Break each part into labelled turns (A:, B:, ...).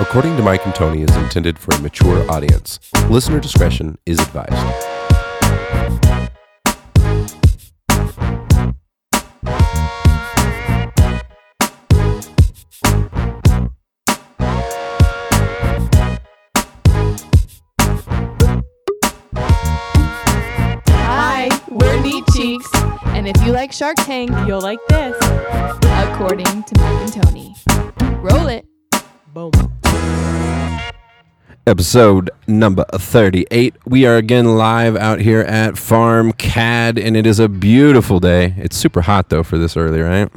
A: According to Mike and Tony, is intended for a mature audience. Listener discretion is advised.
B: Hi, we're Neat Cheeks, and if you like Shark Tank, you'll like this, according to Mike and Tony. Roll it. Boom.
A: episode number 38 we are again live out here at farm cad and it is a beautiful day it's super hot though for this early right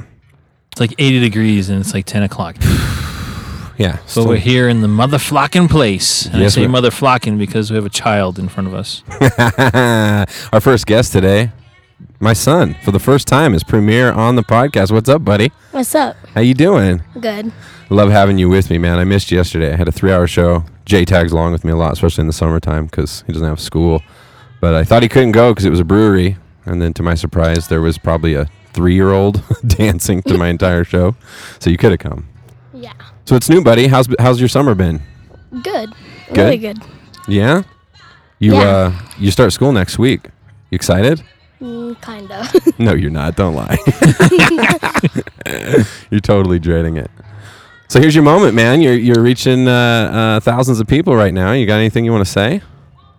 C: It's like 80 degrees and it's like 10 o'clock. But
A: yeah still-
C: we're here in the motherflocking place. And
A: Yes,
C: I say
A: we-
C: motherflocking because we have a child in front of us.
A: our first guest today my son for the first time is premiere on the podcast what's up buddy
D: What's up?
A: how you doing
D: Good.
A: love having you with me man i missed you yesterday i had a three hour show jay tags along with me a lot especially in the summertime because he doesn't have school but i thought he couldn't go because it was a brewery and then to my surprise there was probably a three year old dancing to my entire show so you could have come
D: Yeah.
A: So it's new, buddy. How's how's your summer been?
D: Good. Really good.
A: Yeah. You
D: Yeah.
A: uh you start school next week. You excited?
D: Mm, kinda.
A: No, you're not. Don't lie. you're totally dreading it. So here's your moment, man. You're you're reaching uh, uh, thousands of people right now. You got anything you want to say?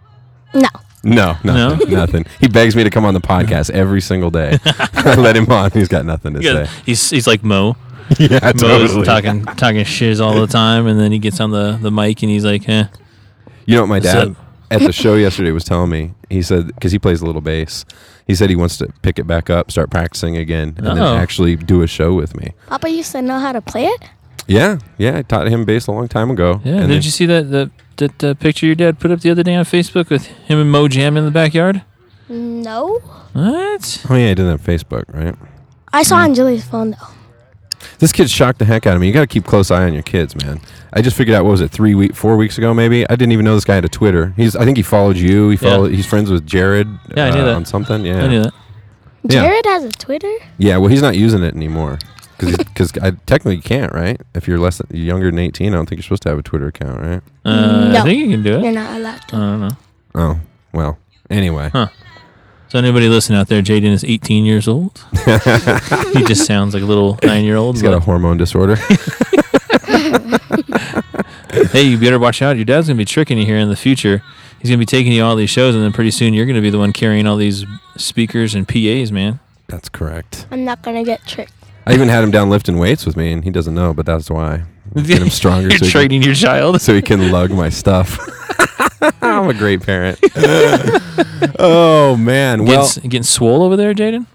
D: no.
A: No,
C: No?
A: nothing. nothing. He begs me to come on the podcast every single day. I let him on. He's got nothing to
C: Yeah,
A: say.
C: he's, he's like Mo.
A: Yeah,
C: Mo's
A: totally.
C: talking talking shiz all the time. And then he gets on the, the mic and he's like, eh.
A: You know what my
C: What's
A: dad
C: up?
A: at the show yesterday was telling me? He said because he plays a little bass. He said he wants to pick it back up, start practicing again, and
C: Oh.
A: then actually do a show with me.
D: Papa used to know how to play it.
A: Yeah, yeah. I taught him bass a long time ago.
C: Yeah,
A: and
C: did
A: then-
C: you see that, that, that uh, picture your dad put up the other day on Facebook with him and Mo jamming in the backyard?
D: No.
C: What?
A: Oh yeah, I did that on Facebook, right?
D: I saw on Julie's phone though.
A: This kid shocked the heck out of me. You got to keep close eye on your kids, man. I just figured out what was it three week, four weeks ago, maybe. I didn't even know this guy had a Twitter. He's, I think he followed you. He
C: Yeah.
A: followed. He's friends with Jared.
C: Yeah, I knew
A: uh,
C: that.
A: on something. Yeah,
C: I knew that.
A: Yeah.
D: Jared has a Twitter.
A: Yeah, well, he's not using it anymore because I technically you can't, right? If you're less than, younger than 18, I don't think you're supposed to have a Twitter account, right?
C: Uh,
D: No.
C: I think you can do it.
D: You're not allowed
C: I
D: to.
C: don't know.
A: Oh, well. Anyway,
C: Huh. So anybody listening out there, Jaden is 18 years old. he just sounds like a little nine-year-old.
A: he's got a
C: but,
A: hormone disorder.
C: hey, you better watch out. Your dad's gonna be tricking you here in the future. He's gonna be taking you to all these shows, and then pretty soon you're gonna be the one carrying all these speakers and PAs, man.
A: that's correct.
D: I'm not gonna get tricked.
A: I even had him down lifting weights with me, and he doesn't know, but that's why. Get him stronger
C: you're
A: so he, can,
C: training your child.
A: so he can lug my stuff. I'm a great parent. oh, man. Well,
C: getting, getting swole over there, Jaden?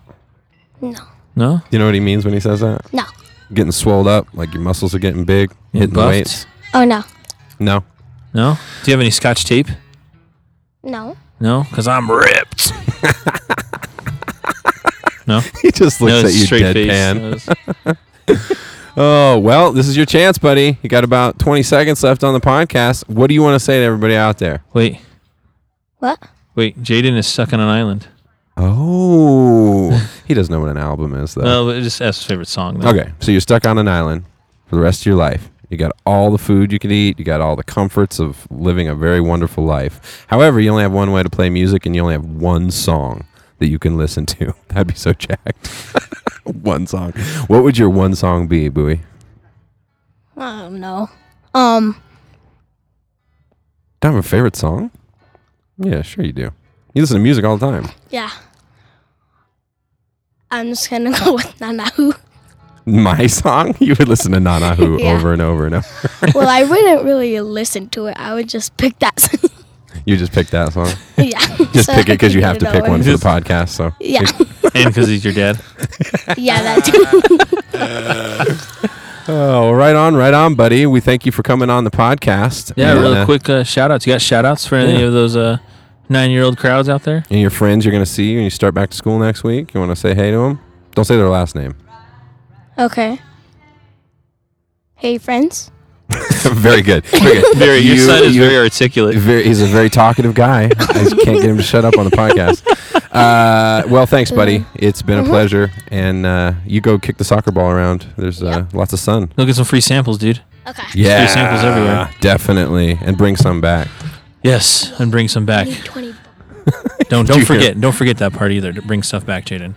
D: No.
C: No.
A: you know what he means when he says that?
D: No.
A: Getting swolled up, like your muscles are getting big,
C: Getting
A: hitting the
C: buffed?
A: weights.
D: Oh no.
A: No.
C: No. Do you have any Scotch tape?
D: No.
C: No, because I'm ripped. no.
A: He just
C: no,
A: looks at
C: it's
A: you
C: straight
A: deadpan.
C: face.
A: Oh, well, this is your chance, buddy. You got about 20 seconds left on the podcast. What do you want to say to everybody out there?
C: Wait,
D: What?
C: wait. Jaden is stuck on an island.
A: Oh, he doesn't know what an album is, though.
C: No, but just ask his favorite song. Though.
A: Okay, so you're stuck on an island for the rest of your life. You got all the food you can eat, you got all the comforts of living a very wonderful life. However, you only have one way to play music and you only have one song that you can listen to. That'd be so jacked. one song. What would your one song be, Bowie?
D: I don't know. Um.
A: Do I have a favorite song? Yeah, sure you do. You listen to music all the time.
D: Yeah. I'm just gonna go with Nanahu.
A: my song, you would listen to Nana Who
D: Yeah.
A: over and over and over.
D: well, I wouldn't really listen to it. I would just pick that. song.
A: You just pick that song.
D: yeah.
A: Just
D: So
A: pick it because you
D: I
A: have
D: could
A: to
D: get
A: pick
D: over.
A: one for the podcast. So
D: Yeah.
C: And because he's your dad.
D: yeah, that too.
A: Oh, right on, right on, buddy. We thank you for coming on the podcast.
C: Yeah,
A: and,
C: real
A: uh,
C: quick uh, shout outs. You got shout outs for any
A: Yeah.
C: of those uh, nine year old crowds out there?
A: And your friends, you're gonna see when you start back to school next week. You want to say hey to them? Don't say their last name.
D: Okay. Hey, friends.
A: very good. Very good.
C: Very,
A: You-
C: your son is
A: you-
C: very articulate.
A: very- he's a very talkative guy. I just can't get him to shut up on the podcast. Uh, well, thanks, buddy. It's been a
C: Mm-hmm.
A: pleasure. And uh, you go kick the soccer ball around. There's uh, lots of sun.
C: Go get some free samples, dude.
D: Okay.
A: Yeah,
C: samples everywhere.
A: Definitely, and bring some back.
C: Yes, and bring some
D: I
C: back.
D: need 20 bucks.
C: Don't don't
A: Dude.
C: forget don't forget that part either. To bring stuff back, Jaden.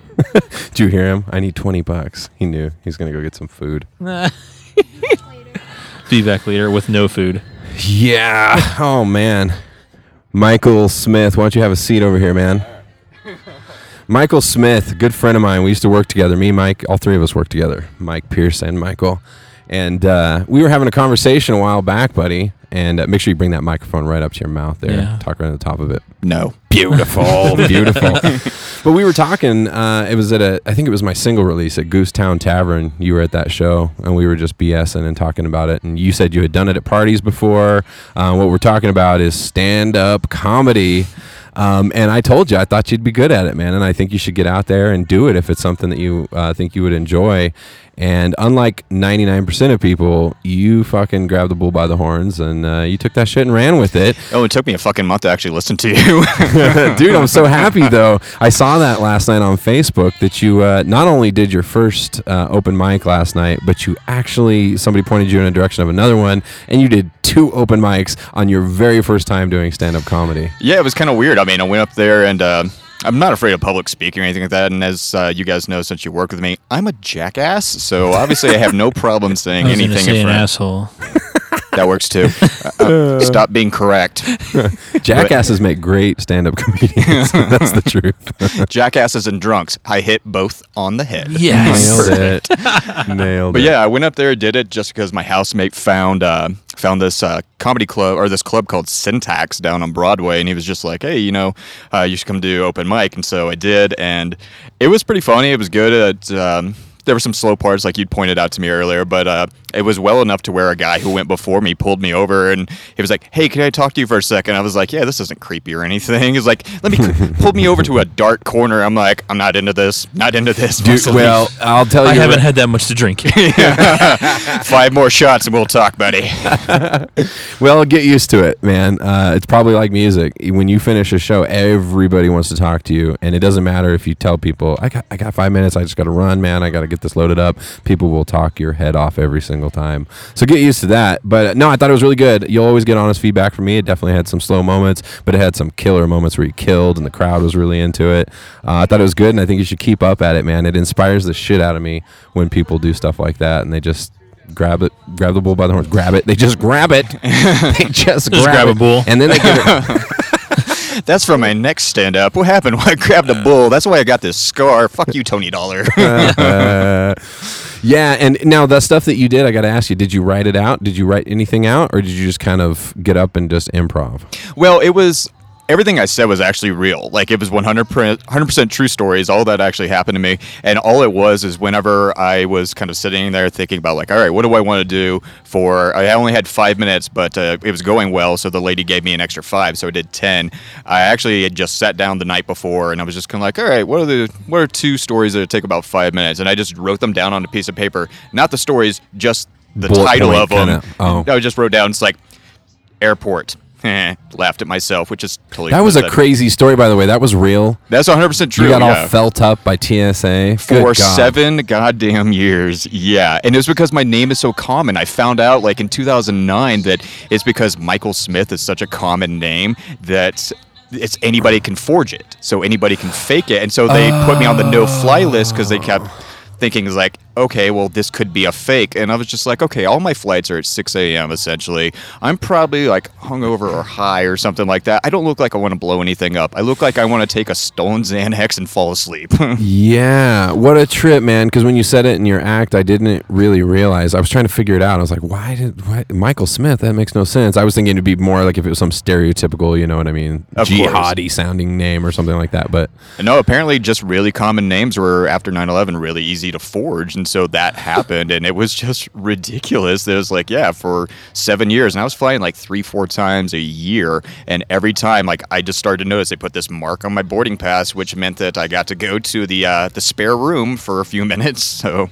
A: Do you hear him? I need twenty bucks. He knew he's gonna go get some food.
C: Be back later with no food.
A: Yeah. Oh man, Michael Smith, why don't you have a seat over here, man? Michael Smith, good friend of mine. We used to work together. Me, Mike, all three of us worked together. Mike Pierce and Michael, and uh, we were having a conversation a while back, buddy. And uh, make sure you bring that microphone right up to your mouth there.
C: Yeah.
A: Talk right on the top of it.
E: No.
A: Beautiful, beautiful. but we were talking. Uh, it was at a. I think it was my single release at Goose Town Tavern. You were at that show, and we were just BSing and talking about it. And you said you had done it at parties before. Uh, what we're talking about is stand-up comedy. Um, and I told you I thought you'd be good at it, man. And I think you should get out there and do it if it's something that you uh, think you would enjoy. And unlike 99% of people, you fucking grabbed the bull by the horns and uh, you took that shit and ran with it.
E: Oh, it took me a fucking month to actually listen to you.
A: dude i'm so happy though i saw that last night on facebook that you uh, not only did your first uh, open mic last night but you actually somebody pointed you in a direction of another one and you did two open mics on your very first time doing stand-up comedy
E: yeah, it was kind of weird. I mean, I went up there and uh, I'm not afraid of public speaking or anything like that. And as uh, you guys know, since you work with me, I'm a jackass. So obviously, I have no problem saying
C: I was gonna
E: anything
C: say an
E: in front.
C: asshole.
E: That works too. Uh, uh, stop being correct.
A: jackasses make great stand-up comedians that's the truth
E: Jackasses and drunks. I hit both on the head.
C: Yes.
A: nailed it nailed
E: But
A: it
E: yeah, I went up there, did it just because my housemate found uh, found this uh, comedy club or this club called Syntax down on Broadway, and he was just like, "Hey, you know, uh, you should come do open mic." And so I did, and it was pretty funny. It was good. It, um, there were some slow parts, like you'd pointed out to me earlier, but uh, it was well enough to where a guy who went before me pulled me over, and he was like, "Hey, can I talk to you for a second? I was like, "Yeah, this isn't creepy or anything." He's like, "Let me pulled me over to a dark corner." I'm like, "I'm not into this. Not into this."
A: Dude,
E: Mussolini."
A: well i'll tell you
C: I haven't
A: right-
C: had that much to drink.
E: Five more shots and we'll talk, buddy.
A: Well, get used to it, man. Uh, it's probably like music. When you finish a show, everybody wants to talk to you, and it doesn't matter if you tell people, "I got, I got five minutes. I just got to run, man. I got to get this loaded up." People will talk your head off every single time. So get used to that. But uh, no, I thought it was really good. You'll always get honest feedback from me. It definitely had some slow moments, but it had some killer moments where you killed, and the crowd was really into it. Uh, I thought it was good, and I think you should keep up at it, man. It inspires the shit out of me when people do stuff like that, and they just grab it, grab the bull by the horns, grab it. They just grab it. they just, grab,
C: grab a
A: it.
C: bull.
A: and then they get it.
E: That's from my next stand up. What happened when I grabbed a bull? That's why I got this scar. Fuck you, Tony Dollar.
A: Uh, yeah, and now the stuff that you did, I got to ask you: Did you write it out? Did you write anything out, or did you just kind of get up and just improv?
E: well, it was. Everything I said was actually real. Like it was 100 percent true stories. All that actually happened to me, and all it was is whenever I was kind of sitting there thinking about like, all right, what do I want to do for? I only had five minutes, but uh, it was going well, so the lady gave me an extra five, so I did ten. I actually had just sat down the night before, and I was just kind of like, all right, what are the what are two stories that take about five minutes? And I just wrote them down on a piece of paper, not the stories, just the
A: Bullet
E: title
A: point
E: of them.
A: kinda. Oh.
E: I just wrote down. It's like airport. Eh, Laughed at myself, which is totally.
A: That was a
E: pathetic.
A: crazy story, by the way. That was real.
E: That's 100 percent true.
A: You got
E: yeah.
A: all felt up by TSA
E: for
A: Good God.
E: seven goddamn years. Yeah, and it was because my name is so common. I found out like in 2009 that it's because Michael Smith is such a common name that it's anybody can forge it. So anybody can fake it, and so they put me on the no-fly list because they kept thinking is like okay well this could be a fake and i was just like okay all my flights are at 6 a.m essentially i'm probably like hungover or high or something like that i don't look like i want to blow anything up i look like i want to take a stolen xanax and fall asleep
A: Yeah, what a trip, man! Because when you said it in your act, I didn't really realize. I was trying to figure it out. I was like, "Why did why, Michael Smith? That makes no sense." I was thinking it'd be more like if it was some stereotypical, you know what I mean,
E: Of course.
A: jihadi sounding name or something like that. But
E: No, apparently just really common names were after 9-11 really easy to forge. And so that happened and it was just ridiculous. It was like, yeah, for seven years. And I was flying like three, four times a year. And every time, like I just started to notice they put this mark on my boarding pass, which meant that I got to go to the uh, the spare room for a few minutes. So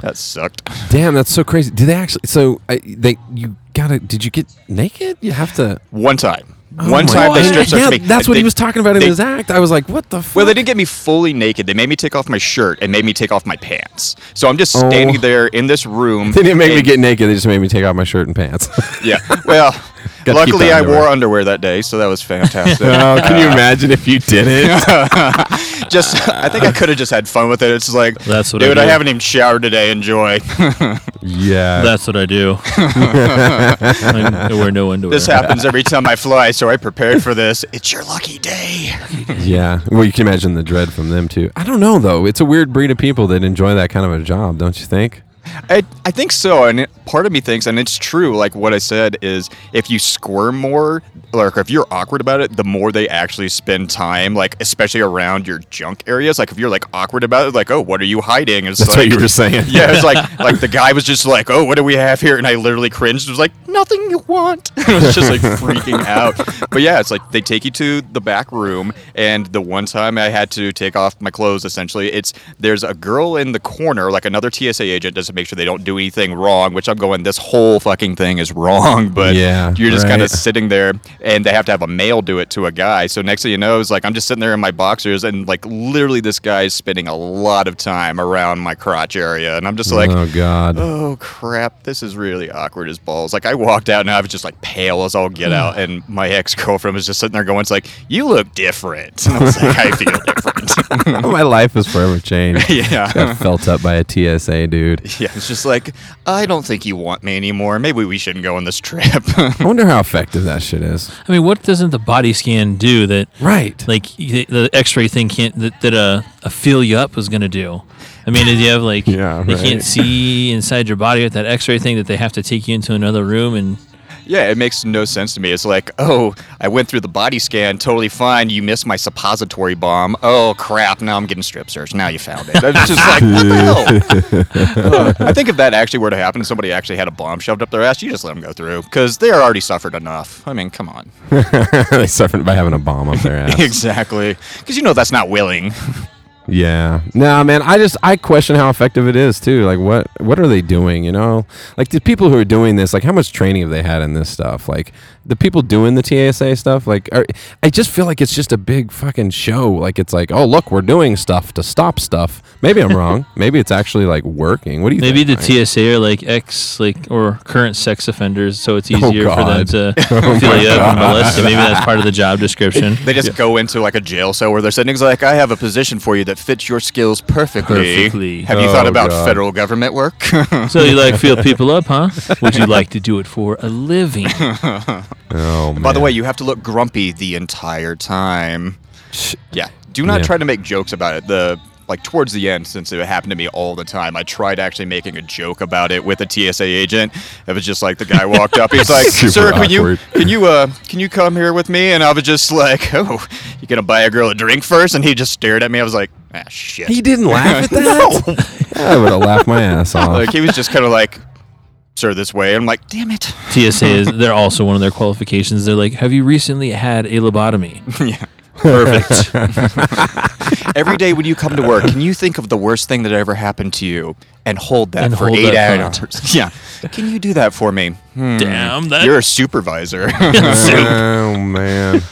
E: that sucked.
A: damn, that's so crazy. Did they actually? So I, they you gotta? Did you get naked? You have to.
E: One time. One
A: Oh my
E: time they
A: God.
E: stripped
A: yeah,
E: searched me.
A: that's what
E: They-
A: he was talking about in
E: they-
A: his act. I was like, what the? Fuck?
E: Well, they didn't get me fully naked. They made me take off my shirt and made me take off my pants. So I'm just
A: Oh.
E: standing there in this room.
A: They didn't make me
E: and-
A: get naked. They just made me take off my shirt and pants.
E: Yeah. Well,
A: keep
E: luckily
A: the
E: I wore
A: underwear.
E: underwear that day, so that was fantastic.
A: oh, can you imagine if you did it?
E: just, I think I could have just had fun with it. It's just like,
C: That's what I
E: dude, I,
C: do.
E: haven't even showered today. Enjoy.
A: yeah.
C: That's what I do. I wear no underwear.
E: this happens every time I fly, so I prepared for this. It's your lucky day.
A: Yeah. Well, you can imagine the dread from them too. I don't know though. It's a weird breed of people that enjoy that kind of a job, don't you think?
E: I, I think so. And it, part of me thinks, and it's true, like what I said is if you squirm more, like if you're awkward about it, the more they actually spend time, like especially around your junk areas. Like if you're like awkward about it, like, oh, what are you hiding? It's like,
A: saying.
E: Yeah, it's like like the guy was just like, "Oh, what do we have here?" And I literally cringed. It was like nothing you want. it was just like freaking out. But yeah, it's like they take you to the back room, and the one time I had to take off my clothes, essentially, it's there's a girl in the corner, like another TSA agent, just to make sure they don't do anything wrong. Which I'm going, this whole fucking thing is wrong. But
A: Yeah,
E: you're just kind
A: right.
E: of sitting there and they have to have a male do it to a guy. So next thing you know, it's like I'm just sitting there in my boxers and like literally this guy is spending a lot of time around my crotch area. And I'm just like,
A: oh God.
E: oh crap, this is really awkward as balls. Like I walked out and I was just like pale as all get out. And my ex girlfriend was just sitting there going, it's like, you look different. And I was like, I feel different.
A: my life is forever changed.
E: Yeah.
A: Got felt up by a TSA dude.
E: yeah, it's just like, I don't think you want me anymore. Maybe we shouldn't go on this trip.
A: I wonder how effective that shit is.
C: I mean, what doesn't the body scan do that,
A: Right.
C: like, y- the x ray thing can't, that, that uh, a fill you up is going to do? I mean, if you have, like,
A: Yeah,
C: they
A: right.
C: can't see inside your body with that x ray thing that they have to take you into another room and
E: Yeah, it makes no sense to me. It's like, oh, I went through the body scan, totally fine. You missed my suppository bomb. Oh crap! Now I'm getting strip searched. Now you found it. It's just like, what the hell? Uh, I think if that actually were to happen, and somebody actually had a bomb shoved up their ass, you just let them go through because they already suffered enough. I mean, come on.
A: they suffered by having a bomb up their ass.
E: exactly, because you know that's not willing.
A: Yeah. Nah, man. I just I question how effective it is too. Like, what what are they doing? You know, like the people who are doing this. Like, how much training have they had in this stuff? Like, the people doing the TSA stuff. Like, are, I just feel like it's just a big fucking show. Like, it's like, oh look, we're doing stuff to stop stuff. Maybe I'm wrong. Maybe it's actually like working. What do you
C: maybe
A: think?
C: the
A: Mike?
C: TSA are like ex, like, or current sex offenders, so it's
A: Oh,
C: easier for them
A: God. Oh,
C: to fill you up and molest you. Maybe that's part of the job description.
E: They just go into like a jail cell where they're sitting. It's like, I have a position for you that fits your skills perfectly.
C: Perfectly.
E: Have you
A: Oh,
E: thought about
A: God.
E: federal government work?
C: So you like fill people up, huh? Would you like to do it for a living?
A: Oh,
E: By the
A: man.
E: way, you have to look grumpy the entire time. Yeah. Do not
A: Yeah.
E: try to make jokes about it. The like towards the end, since it happened to me all the time, I tried actually making a joke about it with a TSA agent. It was just like the guy walked up, he's like,
A: Super
E: "Sir, can you
A: awkward.
E: can you uh can you come here with me?" And I was just like, "Oh, you gonna buy a girl a drink first? And he just stared at me. I was like, "Ah, shit."
A: he didn't laugh at that. I would have laughed my ass off.
E: Like he was just kind of like, "Sir, this way." I'm like, "Damn it."
C: TSA is they're also one of their qualifications. They're like, have you recently had a lobotomy?
E: Perfect. Every day when you come to work, can you think of the worst thing that ever happened to you and hold that
C: And
E: for
C: hold
E: eight
C: that
E: hours?
C: thought.
E: Yeah. Can you do that for me? Hmm.
C: Damn that.
E: You're a supervisor.
A: Oh man.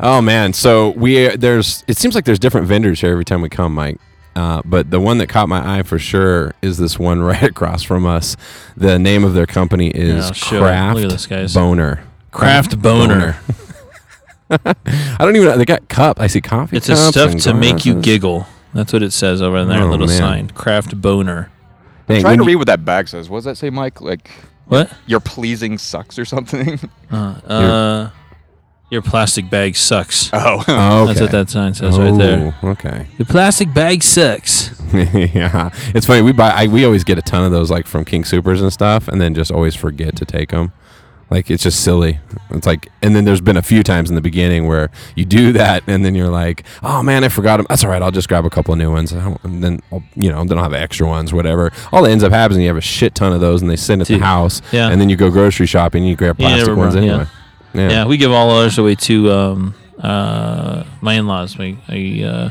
A: Oh man. So we uh, there's it seems like there's different vendors here every time we come, Mike. Uh, but the one that caught my eye for sure is this one right across from us. The name of their company is
C: Oh, shit. Look at
A: Craft
C: this, guys.
A: Boner.
C: Craft Boner.
A: I don't even know. They got cup. I see coffee.
C: It's a
A: cups
C: stuff
A: and
C: to make you
A: glasses.
C: giggle. That's what it says over in there,
A: Oh,
C: little
A: man.
C: sign. Craft Boner.
A: Dang,
E: Trying to
A: when
E: read
A: you-
E: what that bag says. What does that say, Mike? Like
C: What?
E: your pleasing sucks or something?
C: Uh, uh, your plastic bag sucks.
E: Oh.
A: Oh, okay.
C: That's what that sign says right there.
A: Oh, Okay.
C: Your plastic bag sucks.
A: yeah, it's funny. We buy. I, we always get a ton of those, like from King Supers and stuff, and then just always forget to take them. Like it's just silly. It's like, and then there's been a few times in the beginning where you do that, and then you're like, "Oh man, I forgot them." That's all right. I'll just grab a couple of new ones, I don't- and then I'll, you know, then I'll have extra ones, whatever. All that ends up happening, you have a shit ton of those, and they sit at
C: Dude,
A: the house,
C: yeah.
A: and then you go grocery shopping, and you grab
C: You
A: plastic
C: never
A: ones
C: run- yeah.
A: anyway. Yeah.
C: Yeah, we give all ours away to um, uh, my in-laws, my, my uh,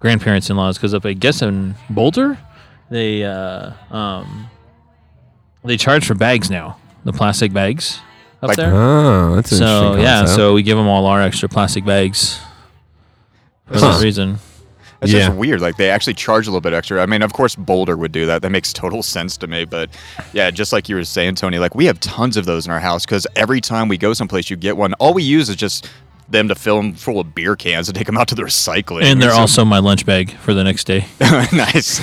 C: grandparents' in-laws, because up I guess in Boulder, they uh, um, they charge for bags now, the plastic bags. up
E: Like-
C: there.
A: Oh, that's an
C: So
A: interesting
C: yeah,
A: concept.
C: so we give them all our extra plastic bags for
A: Huh.
C: that reason.
E: That's
A: Yeah.
E: just weird. Like they actually charge a little bit extra. I mean, of course, Boulder would do that. That makes total sense to me. But yeah, just like you were saying, Tony, like we have tons of those in our house because every time we go someplace, you get one. All we use is just them to fill them full of beer cans and take them out to the recycling.
C: And they're
E: So-
C: also my lunch bag for the next day.
E: nice.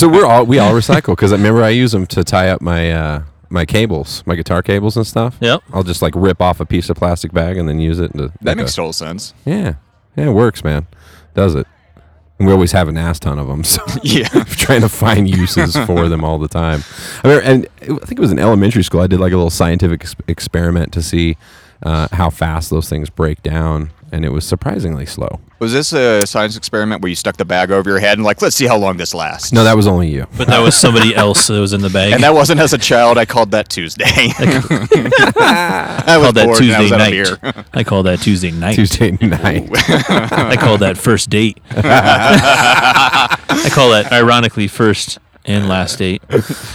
A: so we're all we all recycle because remember I use them to tie up my uh, my cables, my guitar cables and stuff.
C: Yep.
A: I'll just like rip off a piece of plastic bag and then use it. To,
E: that makes total sense.
A: yeah, yeah, it works, man. Does it? And we always have an ass ton of them, so
E: Yeah.
A: trying to find uses for them all the time. I remember, and it- I think it was in elementary school. I did like a little scientific ex- experiment to see uh, how fast those things break down, and it was surprisingly slow.
E: Was this a science experiment where you stuck the bag over your head and like, let's see how long this lasts?
A: No, that was only you.
C: But that was somebody else that was in the bag.
E: And that wasn't as a child. I called that Tuesday. I was
C: called that
E: bored and I
C: Tuesday
E: was out of beer.
C: night. I call that Tuesday night.
A: Tuesday night.
C: I call that first date. I call that ironically first and last date.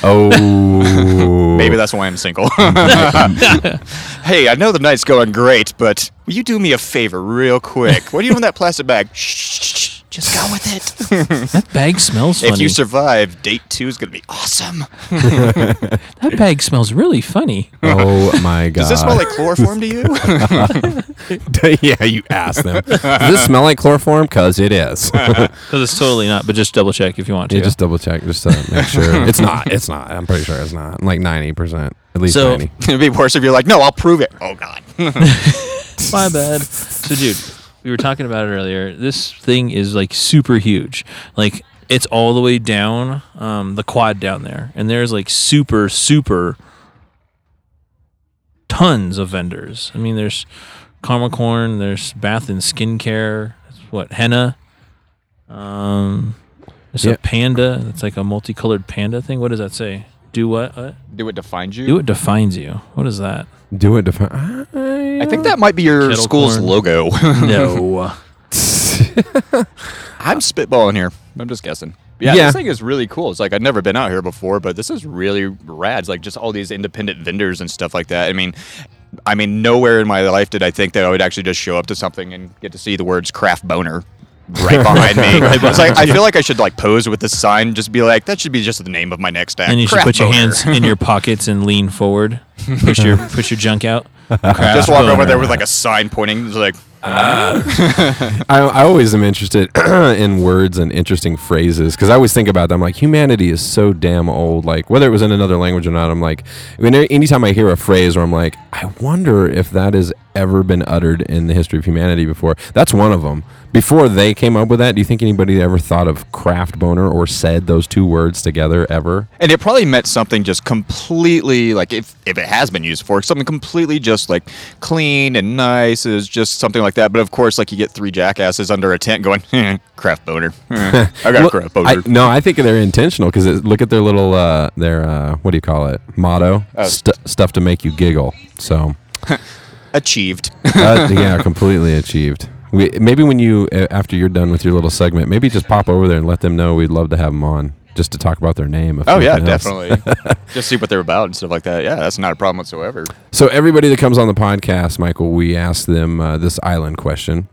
A: Oh,
E: Maybe that's why I'm single. hey, I know the night's going great, but will you do me a favor real quick? What do you want that plastic bag? Shh, shh, shh, just go with it.
C: That bag smells
E: if
C: funny.
E: you survive, date two is going to be awesome.
C: that bag smells really funny.
A: Oh my god.
E: Does this smell like chloroform to you?
A: yeah, you asked them. Does this smell like chloroform? Cause it is.
C: Because it's totally not, but just double check if you want to.
A: yeah, just double check, just to make sure it's not. It's not. I'm pretty sure it's not. I'm like ninety percent, at least
C: So-
A: ninety.
E: It'd be worse if you're like, no, I'll prove it. Oh, God.
C: My bad. So, dude, we were talking about it earlier. This thing is like super huge. Like, it's all the way down um, the quad down there. And there's like super, super tons of vendors. I mean, there's Karmacorn, there's bath and skincare, what, henna? Um, there's
A: Yeah.
C: a panda. It's like a multicolored panda thing. What does that say? Do what? what?
E: Do it to find you?
C: Do what defines you. What is that?
A: Do it. Defi- I,
E: I think that might be your
C: Kettle
E: school's
C: corn.
E: logo.
C: No.
E: I'm spitballing here. I'm just guessing. Yeah,
A: Yeah.
E: this thing is really cool. It's like I've never been out here before, but this is really rad. It's like just all these independent vendors and stuff like that. I mean, I mean, nowhere in my life did I think that I would actually just show up to something and get to see the words "craft boner" right behind me. it's like I feel like I should like pose with this sign, and just be like, that should be just the name of my next act.
C: and you should
E: Craft
C: put your
E: Boner.
C: hands in your pockets and lean forward. Push your push your junk out.
E: Just walk over there with like a sign pointing, it's like
A: I, I always am interested in words and interesting phrases because I always think about them. Like humanity is so damn old. Like whether it was in another language or not, I'm like, when anytime I hear a phrase, where I'm like, I wonder if that has ever been uttered in the history of humanity before. That's one of them. Before they came up with that, do you think anybody ever thought of craft boner or said those two words together ever?
E: And it probably meant something just completely like if if it has been used for something completely just like clean and nice is just something like that. But of course, like you get three jackasses under a tent going "Hmm, craft boner. Hmm, I got
A: Well,
E: craft
A: I-
E: boner.
A: no, I think they're intentional because look at their little uh, their uh, what do you call it motto?
E: Oh.
A: Stu- stuff to make you giggle. So.
E: Achieved.
A: uh, yeah, completely achieved. We, maybe when you uh, after you're done with your little segment, maybe just pop over there and let them know we'd love to have them on, just to talk about their name. if
E: oh yeah,
A: nothing else.
E: definitely. just see what they're about and stuff like that. Yeah, that's not a problem whatsoever.
A: So everybody that comes on the podcast, Michael, we ask them uh, this island question,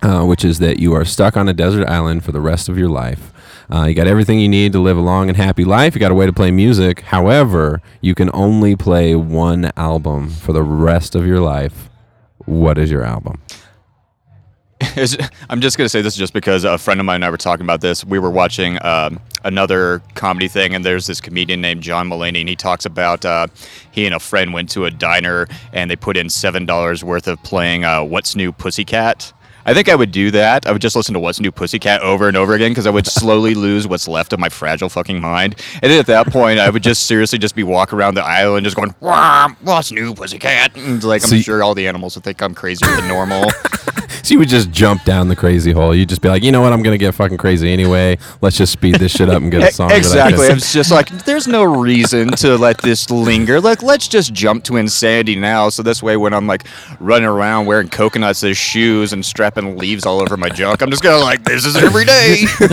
A: uh, which is that you are stuck on a desert island for the rest of your life. Uh, you got everything you need to live a long and happy life. You got a way to play music. However, you can only play one album for the rest of your life. What is your album?
E: Is- I'm just gonna say this just because a friend of mine and I were talking about this. We were watching um, another comedy thing, and there's this comedian named John Mulaney, and he talks about uh, he and a friend went to a diner and they put in seven dollars worth of playing uh, "What's New, Pussycat." I think I would do that. I would just listen to "What's New, Pussycat" over and over again because I would slowly lose what's left of my fragile fucking mind. And then at that point, I would just seriously just be walking around the island, just going "Wah, "What's New, Pussycat," and like
A: So
E: I'm
A: you-
E: sure all the animals would think I'm crazier than normal.
A: So you would just jump down the crazy hole. You'd just be like, you know what? I'm gonna get fucking crazy anyway. Let's just speed this shit up and get a song. that I can
E: E- exactly. It's just like there's no reason to let this linger. Like let's just jump to insanity now. So this way, when I'm like running around wearing coconuts as shoes and strapping leaves all over my junk, I'm just gonna like this is every day.
C: and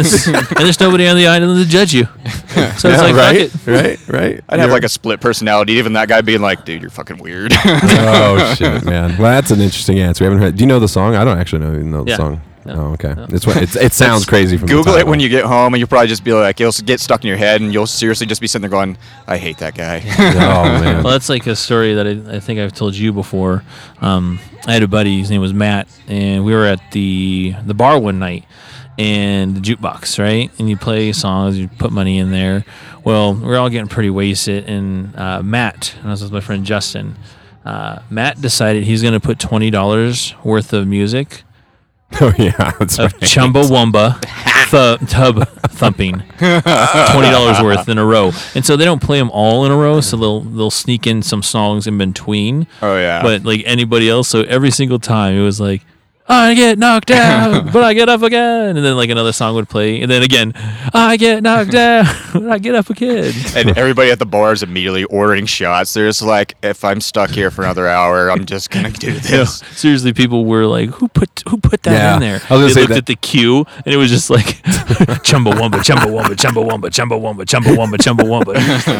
C: there's nobody on the island to judge you. So it's like,
A: right,
C: fuck it.
A: right, right.
E: I'd have like a split personality. Even that guy being like, dude, you're fucking weird.
A: oh shit, man. Well, that's an interesting answer. We haven't heard. Do you know the song? I don't actually know, even know the
C: Yeah.
A: song.
C: No.
A: Oh, okay. It's what it's, it sounds crazy from the
E: Google it
A: title.
E: when you get home, and you'll probably just be like, it'll get stuck in your head, and you'll seriously just be sitting there going, I hate that guy.
A: Oh man.
C: Well, that's like a story that I, I think I've told you before. Um, I had a buddy, his name was Matt, and we were at the the bar one night and the jukebox, right? And you play songs, you put money in there. Well, we we're all getting pretty wasted, and uh, Matt, and I was with my friend Justin. Uh, Matt decided he's going to put twenty dollars worth of music
A: oh yeah, that's
C: of
A: right.
C: Chumbawamba th- tub thumping, twenty dollars worth in a row. And so they don't play them all in a row, so they'll they'll sneak in some songs in between.
E: Oh, yeah.
C: But like anybody else, so every single time it was like. I get knocked down, but I get up again. And then, like, another song would play. And then again, I get knocked down, but I get up again.
E: and everybody at the bar is immediately ordering shots. They're just like, if I'm stuck here for another hour, I'm just gonna do this.
C: Seriously, people were like, "Who put who put that
A: Yeah.
C: in
A: I
C: there?"
A: was gonna
C: they
A: say
C: looked
A: that-
C: at the queue, and it was just like "Chumbawamba, Chumbawamba, Chumbawamba, Chumbawamba, Chumbawamba, Chumbawamba."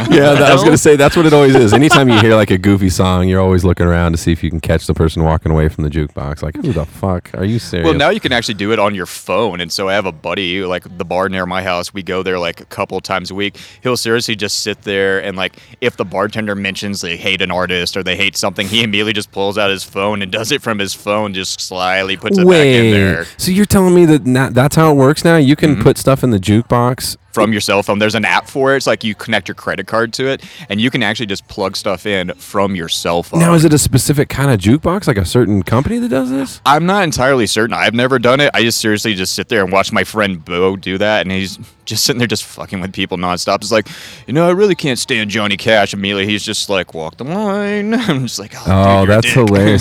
A: yeah, that, I was
C: No.
A: gonna say that's what it always is. Anytime you hear like a goofy song, you're always looking around to see if you can catch the person walking away from the jukebox. Like, who the fuck are you serious?
E: Well, now you can actually do it on your phone. And so I have a buddy, like the bar near my house. We go there like a couple times a week. He'll seriously just sit there and like if the bartender mentions they hate an artist or they hate something, he immediately just pulls out his phone and does it from his phone, just slyly puts it back in there Mm-hmm.
A: so you're telling me that na that's how it works now? You can put stuff in the jukebox.
E: from your cell phone. There's an app for it. It's like you connect your credit card to it and you can actually just plug stuff in from your cell phone.
A: Now, is it a specific kind of jukebox, like a certain company that does this?
E: I'm not entirely certain. I've never done it. I just seriously just sit there and watch my friend Bo do that, and he's just sitting there just fucking with people nonstop. It's like, you know, I really can't stand Johnny Cash. Immediately, he's just like, walk the line. I'm just like, oh,
A: Oh,
E: dude, you're a
A: that's
E: dick.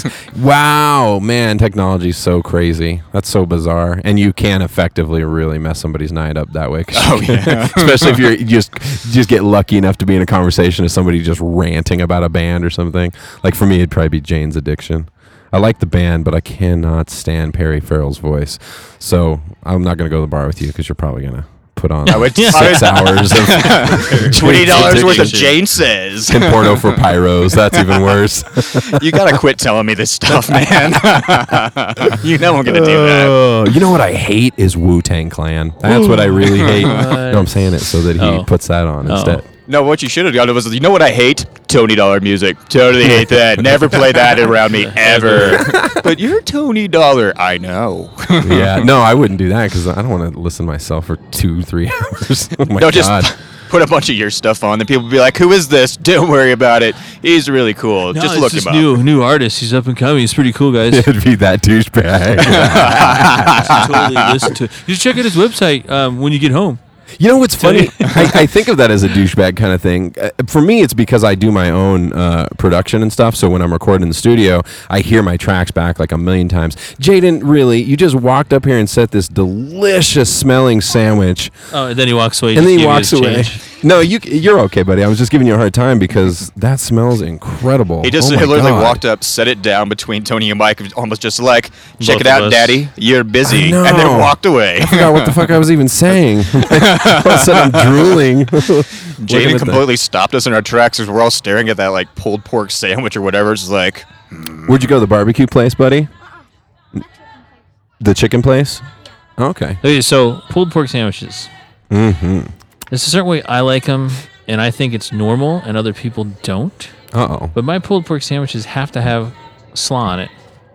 A: hilarious! wow, man, technology's so crazy. That's so bizarre, and you can effectively really mess somebody's night up that way. Oh yeah, especially if you're you just you just get lucky enough to be in a conversation with somebody just ranting about a band or something. Like for me, it'd probably be Jane's Addiction. I like the band, but I cannot stand Perry Farrell's voice. So I'm not gonna go to the bar with you because you're probably gonna put on
E: I would-
A: six
E: I
A: hours of
E: Twenty dollars worth of
C: Addiction.
E: Jane says.
A: Porno for pyros. That's even worse.
E: you gotta quit telling me this stuff, man. you know I'm gonna do that.
A: Oh, you know what I hate is Wu Tang Clan. That's what I really hate. no, I'm saying it so that he
C: Oh.
A: puts that on
C: Oh.
A: instead.
E: No, what you should have done was, you know what I hate? Tony Dollar music. Totally hate that. Never play that around me ever. but you're Tony Dollar. I know.
A: yeah, no, I wouldn't do that because I don't want to listen to myself for two, three hours. oh my
E: No,
A: god.
E: just put a bunch of your stuff on, and people be like, "Who is this? Don't worry about it. He's really cool. just look him up."
C: new new artist. He's up and coming. He's pretty cool, guys.
A: It'd be that douchebag.
C: totally listen to. You should check out his website um, when you get home.
A: you know what's funny? I, I think of that as a douchebag kind of thing. Uh, For me, it's because I do my own uh, production and stuff. So when I'm recording in the studio, I hear my tracks back like a million times. Jaden, really, you just walked up here and set this delicious smelling sandwich.
C: Oh, and then he walks away.
A: and
C: just
A: then he
C: give you
A: walks
C: his
A: away.
C: change.
A: No, you you're okay, buddy. I was just giving you a hard time because that smells incredible.
E: He just
A: oh my
E: literally
A: God.
E: walked up, set it down between Tony and Mike, almost just like,
C: Both
E: "Check
C: of
E: it out,
C: us.
E: Daddy. You're busy,"
A: I know.
E: and then walked away.
A: I forgot what the fuck I was even saying. All of a sudden, I'm drooling. Looking
E: Jaden
A: at the-
E: completely stopped us in our tracks because we're all staring at that like pulled pork sandwich or whatever. It's just like,
A: Where'd you go? The barbecue place, buddy. The chicken place. Okay.
C: Okay, so pulled pork sandwiches. Mm-hmm. There's a certain way I like them, and I think it's normal, and other people don't.
A: Uh oh.
C: But my pulled pork sandwiches have to have slaw on it,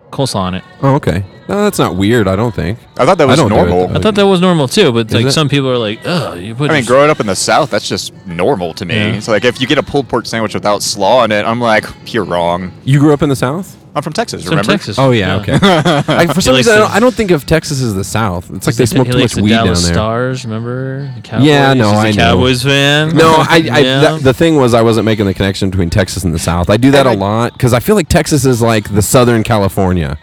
C: coleslaw on it.
A: Oh, okay. No, that's not weird. I don't think.
E: I thought that
A: I
E: was
A: don't do it,
E: normal.
A: though.
C: I thought that was normal too, but like
A: it?
C: some people are like, "Ugh, you put."
E: I mean,
C: your-
E: growing up in the South, that's just normal to me.
C: Yeah.
E: It's like if you get a pulled pork sandwich without slaw in it, I'm like, you're wrong.
A: You grew up in the South.
E: I'm from Texas,
C: It's from
E: remember?
C: Texas.
A: Oh yeah. Okay. I, for some
C: likes
A: reason, I
C: the-
A: don't, I don't think of Texas as the South. It's like they
C: He
A: smoke too
C: likes
A: much
C: the
A: weed down there.
C: Dallas Stars, remember? The Cowboys.
A: Yeah, no,
C: He's a
A: I know.
C: Cowboys fan.
A: No, I, I
C: Yeah.
A: th- the thing was I wasn't making the connection between Texas and the South. I do that a lot because I feel like Texas is like the Southern California.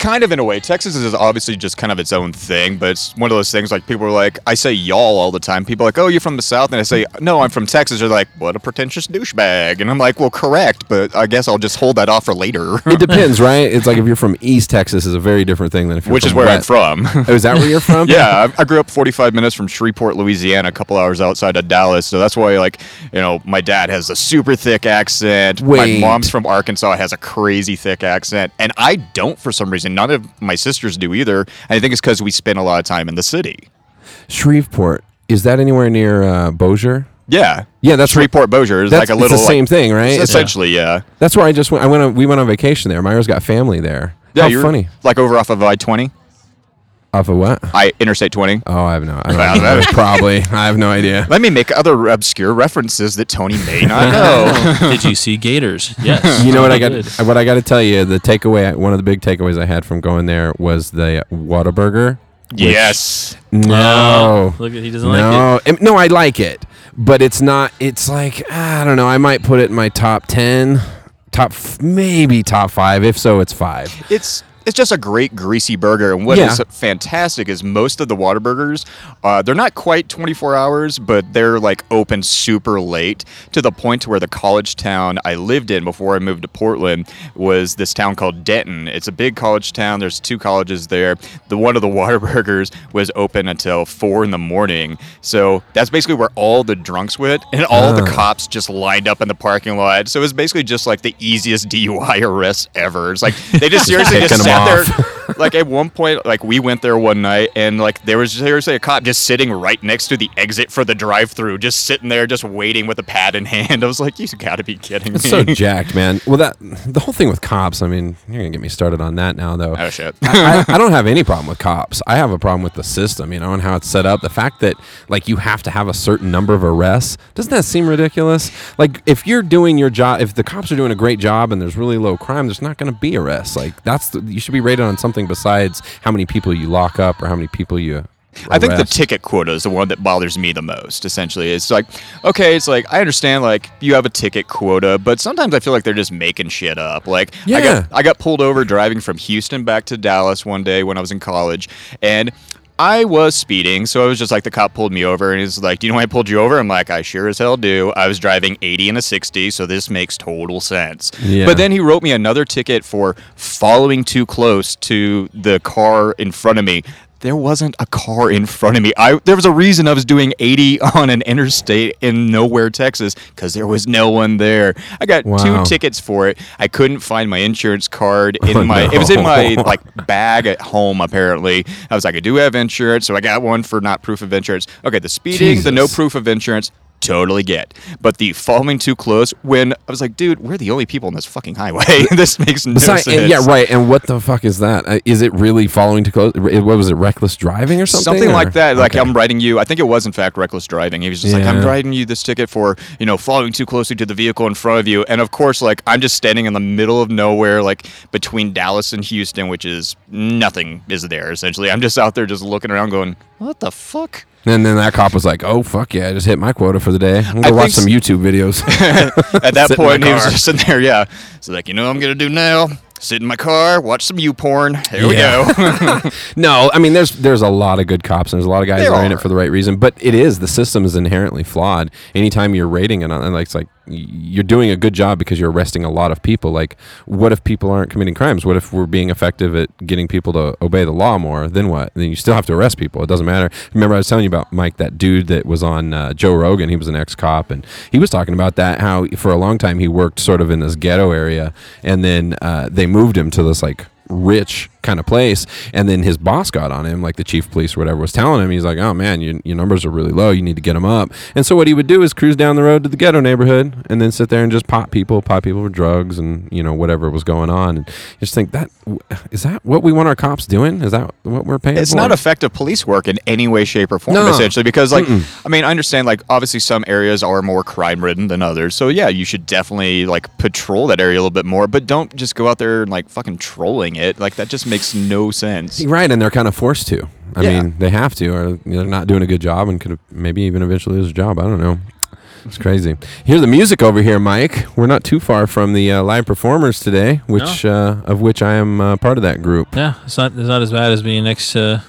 E: kind of in a way. Texas is obviously just kind of its own thing, but it's one of those things like people are like, I say y'all all the time. People are like, oh, you're from the South. And I say, no, I'm from Texas. They're like, what a pretentious douchebag. And I'm like, well, correct, but I guess I'll just hold that off for later,
A: It depends, right? It's like if you're from East Texas, is a very different thing than if you're
E: which
A: from
E: is where
A: West-
E: I'm from.
A: Oh, is that where you're from?
E: yeah, I, I grew up 45 minutes from Shreveport, Louisiana, a couple hours outside of Dallas. So that's why, like, you know, my dad has a super thick accent.
A: Wait.
E: My mom's from Arkansas, has a crazy thick accent. And I don't for some reason. None of my sisters do either. And I think it's because we spend a lot of time in the city.
A: Shreveport. Is that anywhere near uh, Bossier?
E: Yeah.
A: Yeah, that's where-
E: Shreveport Bossier is
A: That's
E: like a little.
A: it's the same
E: like-
A: thing, right? It's-
E: Essentially, yeah.
A: That's where I just went. I went. On, we went on vacation there. Myra's got family there.
E: Yeah,
A: How
E: you're
A: funny.
E: Like over off of I 20,
A: Off of what?
E: I Interstate 20.
A: Oh, I have no.
E: Well,
A: I don't know.
E: that-
A: Probably. I have no idea.
E: Let me make other obscure references that Tony may not know.
C: Did you see gators? Yes.
A: You know what I got? uh,
C: did.
A: What I got to tell you. The takeaway. One of the big takeaways I had from going there was the Whataburger. which-
E: yes.
A: No.
C: Oh, Look, he doesn't like
A: No, Em- no, I like it, but it's not. It's like I don't know. I might put it in my top ten, top f- maybe top five. If so, it's five.
E: it's it's just a great greasy burger and what is
A: Yeah.
E: fantastic is most of the water burgers uh, they're not quite 24 hours but they're like open super late to the point to where the college town i lived in before i moved to portland was this town called denton it's a big college town there's two colleges there the one of the water burgers was open until four in the morning so that's basically where all the drunks went and all the cops just lined up in the parking lot so it was basically just like the easiest dui arrest ever it's like they just seriously just
A: Taking 'em
E: sat
A: off.
E: there like at one point, like we went there one night, and like there was seriously a cop just sitting right next to the exit for the drive-through, just sitting there, just waiting with a pad in hand. I was like, "You got to be kidding me!"
A: It's so jacked, man. Well, that the whole thing with cops. I mean, you're gonna get me started on that now, though.
E: oh shit.
A: I, I don't have any problem with cops. I have a problem with the system, you know, and how it's set up. The fact that like you have to have a certain number of arrests doesn't that seem ridiculous? Like if you're doing your job, if the cops are doing a great job and there's really low crime, there's not going to be arrests. Like that's the, you should be rated on something besides how many people you lock up or how many people you.
E: I think the
A: arrest.
E: ticket quota is the one that bothers me the most. Essentially, it's like, okay, it's like I understand like you have a ticket quota, but sometimes I feel like they're just making shit up. Like I
A: Yeah.
E: got I got pulled over driving from Houston back to Dallas one day when I was in college, and. I was speeding, so I was just like the cop pulled me over and he's like, "Do you know why I pulled you over?" I'm like, "I sure as hell do. I was driving 80 and a 60, so this makes total sense."
A: Yeah.
E: But then he wrote me another ticket for following too close to the car in front of me. There wasn't a car in front of me. I there was a reason I was doing 80 on an interstate in nowhere, Texas, because there was no one there. I got
A: Wow.
E: two tickets for it. I couldn't find my insurance card in
A: Oh,
E: my. It was in my
A: no.
E: like bag at home. Apparently, I was like, I do have insurance, so I got one for not proof of insurance. Okay, the speeding, the no
A: Jesus.
E: proof of insurance, totally get. But the following too close, when I was like, dude, we're the only people on this fucking highway. this makes no
A: Besides,
E: sense.
A: and yeah, right. And what the fuck is that? Uh, Is it really following too close? What was it? Reckless driving or something?
E: Something,
A: or-
E: like that. Like um,
A: Okay.
E: I'm writing you. I think it was in fact reckless driving. He was just like, I'm
A: Yeah.
E: writing you this ticket for you know following too closely to the vehicle in front of you. And of course, like I'm just standing in the middle of nowhere, like between Dallas and Houston, which is nothing is there essentially. I'm just out there just looking around, going, what the fuck.
A: And then that cop was like, "Oh fuck yeah, I just hit my quota for the day. I'm gonna
E: I
A: watch
E: think
A: some
E: s-
A: YouTube videos."
E: At that
A: Sit in my
E: point, he was
A: car.
E: just sitting there, yeah. So like, you know what I'm gonna do now? Sit in my car, watch some U porn. Here
A: Yeah.
E: we go.
A: No, I mean there's there's a lot of good cops and there's a lot of guys
E: There
A: that are in it
E: are.
A: for the right reason, but it is the system is inherently flawed. Anytime you're rating and and like it's like y- you're doing a good job because you're arresting a lot of people. Like what if people aren't committing crimes? What if we're being effective at getting people to obey the law more? Then what? Then you still have to arrest people. It doesn't matter. Remember I was telling you about Mike that dude that was on uh, Joe Rogan, he was an ex-cop and he was talking about that how for a long time he worked sort of in this ghetto area and then uh, they moved him to this like rich kind of place. And then his boss got on him, like the chief of police or whatever was telling him. He's like, oh man, your, your numbers are really low. You need to get them up. And so what he would do is cruise down the road to the ghetto neighborhood and then sit there and just pop people, pop people for drugs and, you know, whatever was going on. And you just think that, is that what we want our cops doing? Is that what we're paying
E: it's
A: for?
E: not effective police work in any way shape or form
A: No.
E: essentially because like i mean i understand like obviously some areas are more crime ridden than others so yeah you should definitely like patrol that area a little bit more but don't just go out there and like fucking trolling it like that just makes no sense
A: Right, and they're kind of forced to. I
E: Yeah.
A: mean, they have to, or they're not doing a good job, and could maybe even eventually lose a job. I don't know. It's crazy. Hear the music over here, Mike. We're not too far from the uh, live performers today, which uh, of which I am uh, part of that group.
C: Yeah, it's not it's not as bad as being next to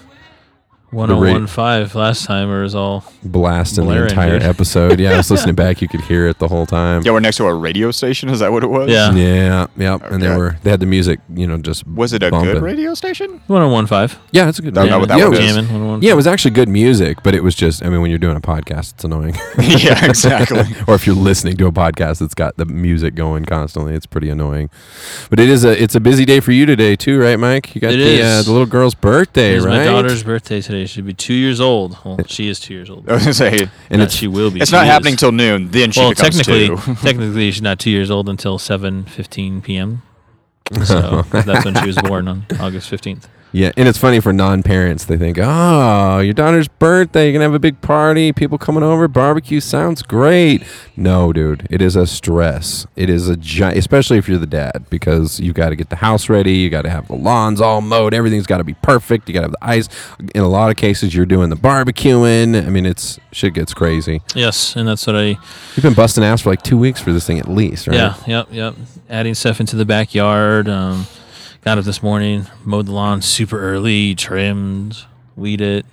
C: 1015 last time or is all
A: Blasting the
C: Blaring,
A: entire
C: dude.
A: episode. Yeah, I was listening back. You could hear it the whole time.
E: Yeah, we're next to a radio station. Is that what it was?
C: Yeah.
A: Yeah, yeah. And they
E: Okay.
A: were they had the music, you know, just
E: Was it a
A: bumping.
E: good radio station?
C: 1015.
A: Yeah, it's a good.
E: I don't know what that
A: yeah,
E: one
A: it was-
E: is.
C: Jamming, 101.5.
A: Yeah, it was actually good music, but it was just. I mean, when you're doing a podcast, it's annoying.
E: yeah, exactly.
A: or if you're listening to a podcast that's got the music going constantly, it's pretty annoying. But it is a it's a busy day for you today too, right, Mike? You got
C: It
A: the Uh,
C: is.
A: the little girl's birthday,
C: It's
A: right?
C: my daughter's birthday today. She'll be two years old. Well, she is two years old.
E: I was gonna say
A: and
C: Not
A: it's
C: she will be.
E: it's
C: she
E: not
C: is.
E: happening till noon. Then she
C: well,
E: becomes
C: technically,
E: two.
C: technically, she's not two years old until seven fifteen p.m. So that's when she was born on August fifteenth.
A: yeah, and it's funny for non-parents. They think, oh, your daughter's birthday, you're gonna have a big party, people coming over, barbecue sounds great. No, dude, it is a stress. It is a giant, especially if you're the dad, because you got to get the house ready, you got to have the lawns all mowed, everything's got to be perfect, you got to have the ice. In a lot of cases, you're doing the barbecuing. I mean, it's shit gets crazy.
C: Yes, and that's what I.
A: You've been busting ass for like two weeks for this thing at least, right?
C: Yeah, yep, yep. Adding stuff into the backyard. Um, got up this morning, mowed the lawn super early, trimmed, weed it.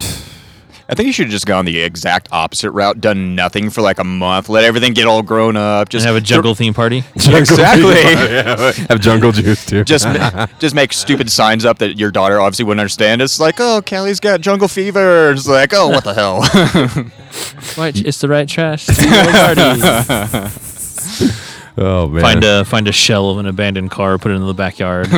E: I think you should have just gone the exact opposite route, done nothing for like a month, let everything get all grown up,
C: And
E: just
C: have a jungle theme party.
E: Exactly.
A: have jungle juice too.
E: just ma- just make stupid signs up that your daughter obviously wouldn't understand. It's like, oh, Kelly's got jungle fever. It's like, oh, what the hell?
C: Right, it's the right trash. It's the right party.
A: oh man.
C: Find a find a shell of an abandoned car, put it in the backyard.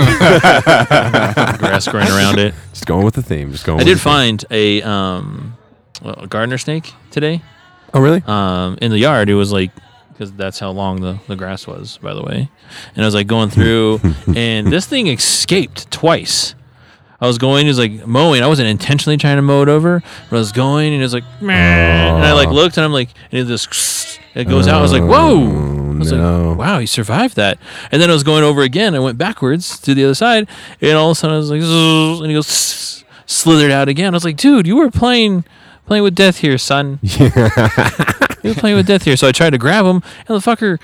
C: Grass growing around it.
A: just going with the theme. Just going.
C: I
A: with
C: did
A: the theme.
C: find a um, well, a gardener snake today.
A: Oh really?
C: Um, in the yard, it was like because that's how long the, the grass was, by the way. And I was like going through, and this thing escaped twice. I was going, it was like mowing. I wasn't intentionally trying to mow it over, but I was going, and it was like, meh. and I like looked, and I'm like, and it just it goes out. I was like, whoa. I was
A: no.
C: like, wow, he survived that. And then I was going over again. I went backwards to the other side, and all of a sudden I was like, "Zzz," and he goes, "Zzz," slithered out again. I was like, dude, you were playing playing with death here, son. you were playing with death here. So I tried to grab him, and the fucker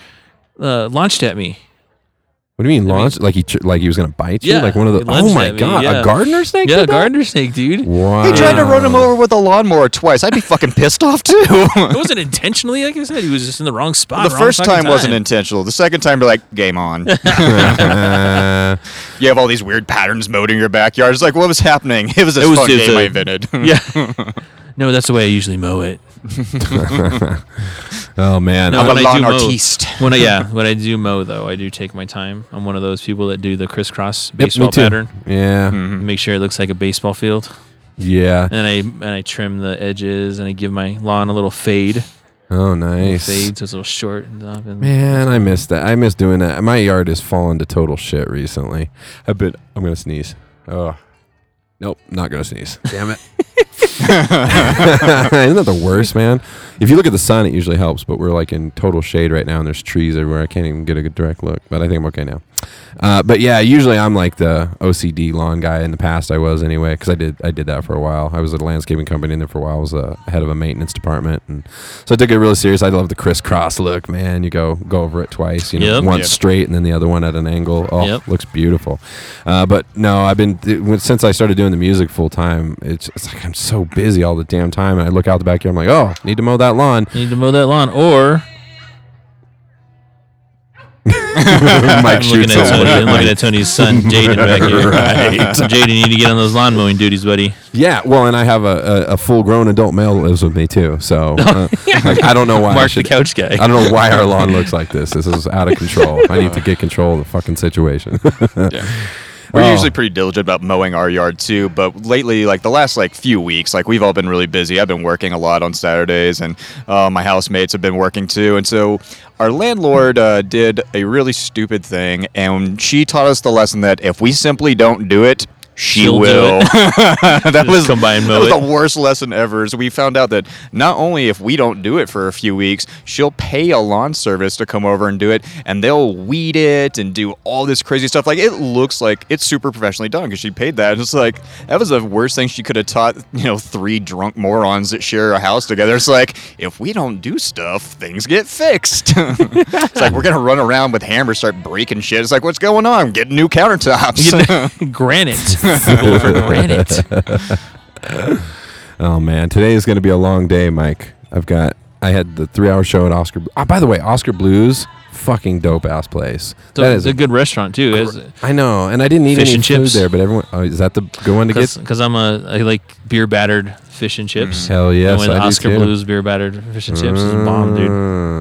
C: uh, launched at me.
A: What do you mean launched? like he ch- like he was gonna bite you?
C: Yeah,
A: Like one of
C: he
A: the oh
C: lunged
A: my
C: at me,
A: god,
C: yeah.
A: a gardener snake?
C: yeah,
A: did that?
C: gardener snake, dude.
A: Wow.
E: he tried to run
C: Uh.
E: him over with a lawnmower twice. I'd be fucking pissed off too.
C: It wasn't intentionally, like I said. He was just in the wrong spot.
E: the
C: wrong
E: first
C: fucking
E: time wasn't intentional. The second time, you're like, game on.
A: Uh,
E: you have all these weird patterns mowed in your backyard. It's like, what was happening? It was this
C: It was
E: fun
C: just
E: game I
C: a-
E: invented.
C: Yeah. no, that's the way I usually mow it.
A: oh man.
C: No,
E: I'm
A: Uh,
E: a
C: when I
E: lawn
C: do mow-
E: artiste.
C: When I, yeah, when I do mow though, I do take my time. I'm one of those people that do the crisscross
A: yep, me
C: baseball
A: too. Mm-hmm.
C: pattern, Mm-hmm.
A: Yeah.
C: make sure it looks like a baseball field,
A: Yeah.
C: and I and I trim the edges and I give my lawn a little fade,
A: Oh
C: Little
A: nice.
C: fade so it's a little short and up. And
A: Man, I miss that. I miss doing that. My yard has fallen to total shit recently. I've been I'm gonna sneeze. Oh. Nope, not gonna sneeze. Damn it. Isn't that the worst, man? If you look at the sun, it usually helps, but we're like in total shade right now, and there's trees everywhere. I can't even get a good direct look, but I think I'm okay now. Uh, but yeah, usually I'm like the OCD lawn guy. In the past, I was anyway, because I did I did that for a while. I was at a landscaping company, and then for a while, I was uh, head of a maintenance department, and so I took it really serious. I love the crisscross look, man. You go go over it twice, you know,
C: Yep.
A: once
E: Yep.
A: straight, and then the other one at an angle. Oh,
C: Yep.
A: looks beautiful. Uh, but no, I've been it, when- since I started doing the music full time. It's, it's like I'm so busy all the damn time, and I look out the backyard. I'm like, oh, need to mow that lawn.
C: You need to mow that lawn, or
A: Mike
C: I'm looking
A: shoots
C: at, Tony,
A: someone.
C: I'm looking at Tony's son, Jaden, back here.
E: Right.
C: Jaden, you need to get on those lawn mowing duties, buddy.
A: Yeah, well, and I have a, a, a full grown adult male that lives with me too. So uh, like, I don't know why I
C: Mark
A: should.
C: the couch guy.
A: I don't know why our lawn looks like this. This is out of control. I need to get control of the fucking situation.
E: We're
A: Oh.
E: usually pretty diligent about mowing our yard too, but lately, like the last like few weeks, like we've all been really busy. I've been working a lot on Saturdays, and uh, my housemates have been working too. And so our landlord uh, did a really stupid thing, and she taught us the lesson that if we simply don't do it, she
C: She'll do
E: will.
C: it.
E: that was
C: come by and mow
E: that was
C: it.
E: the worst lesson ever. So we found out that not only if we don't do it for a few weeks, she'll pay a lawn service to come over and do it, and they'll weed it and do all this crazy stuff. Like it looks like it's super professionally done because she paid that. And it's like that was the worst thing she could have taught you know three drunk morons that share a house together. It's like if we don't do stuff, things get fixed. it's like we're gonna run around with hammers, start breaking shit. It's like what's going on? Getting new countertops.
C: granite. Go for granite.
A: Oh man, today is going to be a long day, Mike. I've got I had the three hour show at Oscar. Ah, by the way, Oscar Blues, fucking dope ass place.
C: So
A: that
C: it's
A: is.
C: a good restaurant too. Is
A: I know, and I didn't eat
C: Fish
A: any
C: and
A: food
C: chips.
A: there, but everyone. Oh, is that the good one to get?
C: because I'm a I like beer battered fish and chips.
A: Mm. Hell yes,
C: and with
A: I do
C: Oscar
A: too.
C: Blues beer battered fish and chips is bomb, dude.
A: Mm.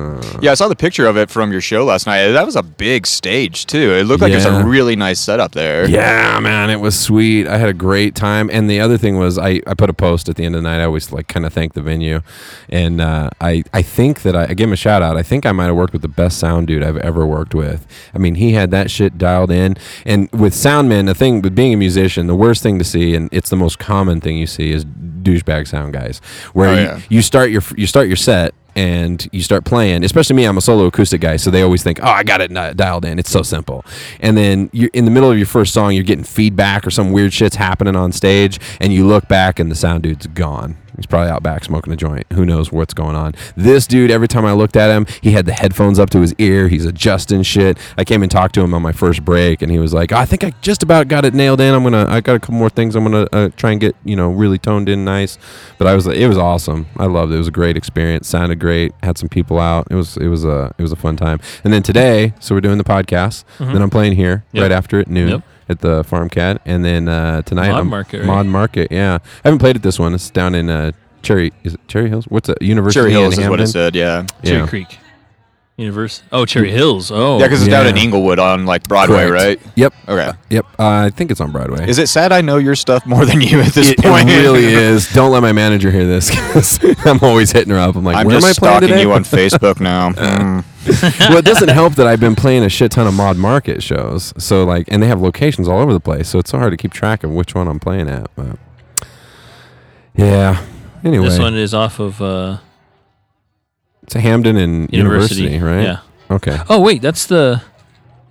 E: Yeah, I saw the picture of it from your show last night. That was a big stage too. It looked like it was
A: Yeah.
E: a really nice setup there.
A: Yeah, man, it was sweet. I had a great time. And the other thing was, I, I put a post at the end of the night. I always like kind of thank the venue, and uh, I I think that I, I give him a shout out. I think I might have worked with the best sound dude I've ever worked with. I mean, he had that shit dialed in. And with soundmen, the thing with being a musician, the worst thing to see, and it's the most common thing you see, is douchebag sound guys, where
E: Oh,
A: you,
E: yeah.
A: you start your you start your set and you start playing especially me i'm a solo acoustic guy so they always think oh i got it ni- dialed in it's so simple and then you're in the middle of your first song you're getting feedback or some weird shit's happening on stage and you look back and the sound dude's gone he's probably out back smoking a joint who knows what's going on this dude every time i looked at him he had the headphones up to his ear he's adjusting shit i came and talked to him on my first break and he was like i think i just about got it nailed in i'm gonna i got a couple more things i'm gonna uh, try and get you know really toned in nice but i was it was awesome i loved it it was a great experience sounded great had some people out it was it was a it was a fun time and then today so we're doing the podcast then i'm playing here
C: Mm-hmm. Yep.
A: right after at noon
C: Yep.
A: at the farm cat and then uh tonight
C: Mod
A: I'm-
C: Market, right?
A: mod market yeah i haven't played at this one it's down in uh cherry is it cherry hills what's it university
E: Cherry Hills
A: in
E: is what
A: Hamden?
E: it said. Yeah.
A: yeah. Mm.
C: Cherry Creek, University. Oh, Cherry Hills. Oh,
E: Yeah, because it's down
A: yeah.
E: in Inglewood on like Broadway,
A: Correct.
E: right?
A: yep
E: Okay.
A: yep uh, i think it's on broadway
E: Is it sad I know your stuff more than you at this
A: it, it
E: point?
A: really is. Don't let my manager hear this 'cause I'm always hitting her up. I'm like,
E: I'm
A: where
E: just
A: am I playing
E: stalking
A: today? Uh.
E: you on Facebook now. Mm.
A: well, it doesn't help that I've been playing a shit ton of mod market shows. So like, and they have locations all over the place. So it's so hard to keep track of which one I'm playing at. But yeah. Anyway,
C: This one is off of uh,
A: it's a Hamden and
C: University,
A: University, right?
C: Yeah.
A: Okay.
C: Oh wait, that's the.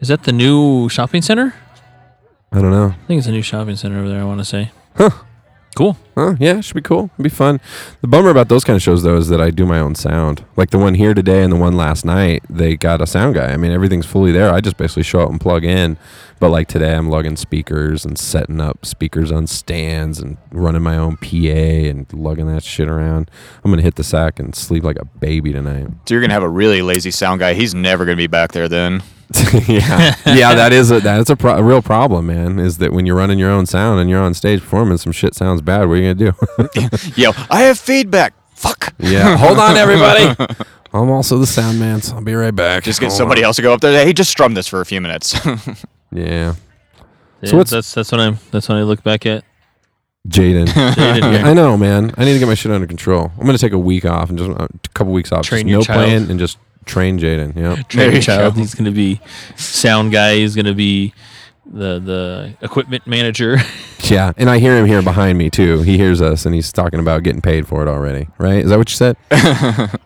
C: Is that the new shopping center?
A: I don't know.
C: I think it's a new shopping center over there. I want to say.
A: Huh.
C: Cool.
A: Huh, yeah, it should be cool. It'd be fun. The bummer about those kind of shows, though, is that I do my own sound. Like the one here today and the one last night, they got a sound guy. I mean, everything's fully there. I just basically show up and plug in. But like today, I'm lugging speakers and setting up speakers on stands and running my own PA and lugging that shit around. I'm going to hit the sack and sleep like a baby tonight.
E: So you're gonna have a really lazy sound guy. He's never gonna be back there then.
A: yeah, yeah, that is a that's a, pro- a real problem, man. Is that when you're running your own sound and you're on stage performing, some shit sounds bad. What are you gonna do?
E: Yo, I have feedback. Fuck.
A: Yeah. Hold on, everybody. I'm also the sound man, so I'll be right back.
E: Just get somebody else to go up there. Hey, just strum this for a few minutes.
A: Yeah.
C: Yeah,
A: So what's-
C: that's that's when I'm that's when I look back at.
A: Jaden.
C: Jaden here.
A: I know, man. I need to get my shit under control. I'm gonna take a week off and just uh, a couple weeks off.
C: Train
A: just
C: your
A: no
C: child.
A: playing and just train Jaden. Yeah.
E: There
C: Train
E: you
C: child.
E: go.
C: He's gonna be sound guy. He's gonna be the the equipment manager.
A: Yeah. And I hear him here behind me too. He hears us and he's talking about getting paid for it already. Right? Is that what you said?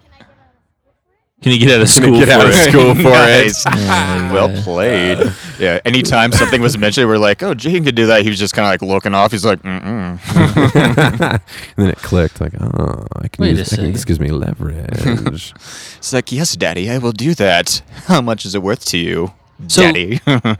C: Can he get out of school
E: get
C: for
E: out of
C: it?
E: school for
C: Nice.
E: it. well played. yeah. Anytime something was mentioned, we're like, "Oh, Gene could do that." He was just kind of like looking off. He's like, "Mm mm."
A: and then it clicked. Like, oh, I can
C: Wait
A: use.
C: a
A: I can, this
C: second.
A: gives me leverage.
E: it's like, "Yes, Daddy, I will do that." How much is it worth to you,
C: So-
E: Daddy?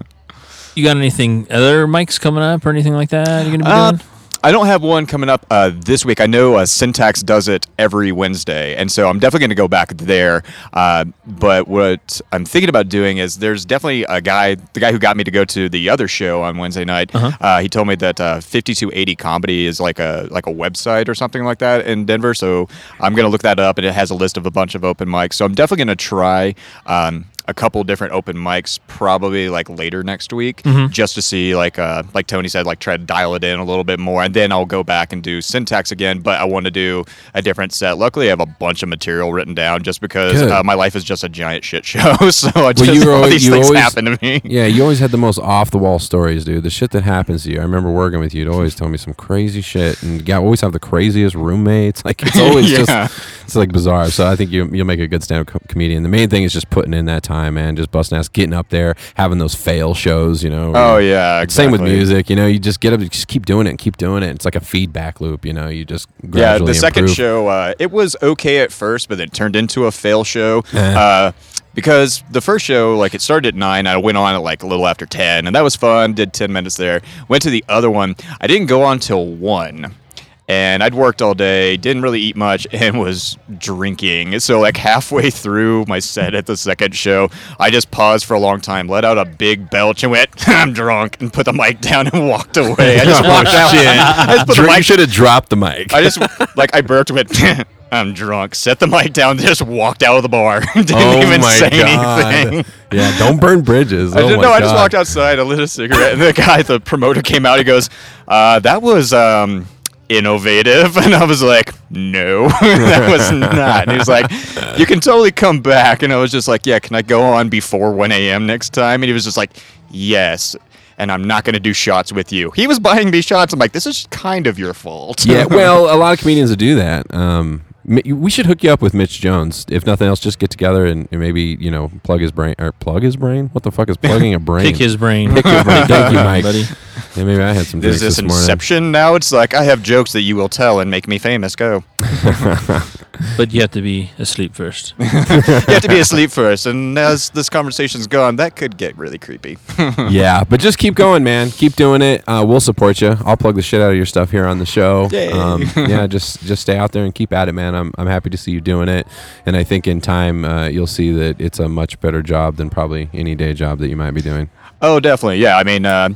C: You got anything other mics coming up or anything like that? You're gonna be
E: Uh,
C: doing.
E: I don't have one coming up uh, this week. I know uh, Syntax does it every Wednesday, and so I'm definitely going to go back there. Uh, but what I'm thinking about doing is there's definitely a guy, the guy who got me to go to the other show on Wednesday night.
C: Uh-huh.
E: uh he told me that uh, 5280 Comedy is like a like a website or something like that in Denver. So I'm going to look that up, and it has a list of a bunch of open mics. So I'm definitely going to try. Um, a couple different open mics, probably like later next week,
A: Mm-hmm.
E: just to see like uh, like Tony said, like try to dial it in a little bit more, and then I'll go back and do syntax again. But I want to do a different set. Luckily, I have a bunch of material written down just because
A: Good.
E: uh, my life is just a giant shit show. So I just
A: you were
E: all
A: always-
E: these
A: you
E: things
A: always-
E: happen to me.
A: Yeah, you always had the most off the wall stories, dude. The shit that happens to you. I remember working with you. You'd always tell me some crazy shit, and you always have the craziest roommates. Like it's always
E: Yeah.
A: just it's like bizarre. So I think you you'll make a good stand up co- comedian. The main thing is just putting in that time, man. Just busting ass, getting up there, having those fail shows. You know.
E: Oh
A: where-
E: yeah,
A: Same with
E: exactly.
A: music, you know. You just get up, you just keep doing it, and keep doing it. It's like a feedback loop, you know. You just gradually
E: Yeah, the second
A: improve.
E: show, uh, it was okay at first, but then it turned into a fail show.
A: Eh.
E: Uh, because the first show, like it started at nine, I went on at like a little after ten, and that was fun. Did ten minutes there. Went to the other one. I didn't go on till one, and I'd worked all day, didn't really eat much, and was drinking. So like halfway through my set at the second show, I just paused for a long time, let out a big belch, and went, "I'm drunk," and put the mic down and walked away. I just
A: Oh,
E: walked out. I just put the
A: Drink
E: mic
A: should have dropped the mic.
E: I just like I burped and went. I'm drunk. Set the mic down. Just walked out of the bar. Didn't
A: Oh
E: even say anything.
A: Yeah, don't burn bridges.
E: I
A: oh
E: just,
A: my
E: no, I just
A: God.
E: walked outside. I lit a cigarette, and the guy, the promoter, came out. He goes, uh, "That was um, innovative," and I was like, "No, that was not." And he was like, "You can totally come back," and I was just like, "Yeah, can I go on before 1 a.m. next time?" And he was just like, "Yes." And I'm not going to do shots with you. He was buying me shots. I'm like, this is kind of your fault.
A: yeah, well, a lot of comedians that do that. Um, Mi- we should hook you up with Mitch Jones. If nothing else, just get together and, and maybe you know plug his brain or plug his brain. What the fuck is plugging a brain?
C: Pick his brain.
A: Pick your brain. Thank you,
C: Yeah,
A: Mike.
C: buddy.
A: Yeah, maybe I had some
E: There's
A: drinks
E: this
A: this morning.
E: inception now. It's like I have jokes that you will tell and make me famous. Go.
C: But you have to be asleep first.
E: You have to be asleep first, and as this conversation's gone, that could get really creepy.
A: yeah, but just keep going, man. Keep doing it. Uh, we'll support you. I'll plug the shit out of your stuff here on the show. Um,
E: Yay.
A: yeah, just just stay out there and keep at it, man. I'm, I'm happy to see you doing it, and I think in time uh, you'll see that it's a much better job than probably any day job that you might be doing.
E: oh, definitely. Yeah. I mean, uh,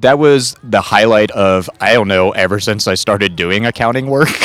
E: that was the highlight of I don't know. Ever since I started doing accounting work.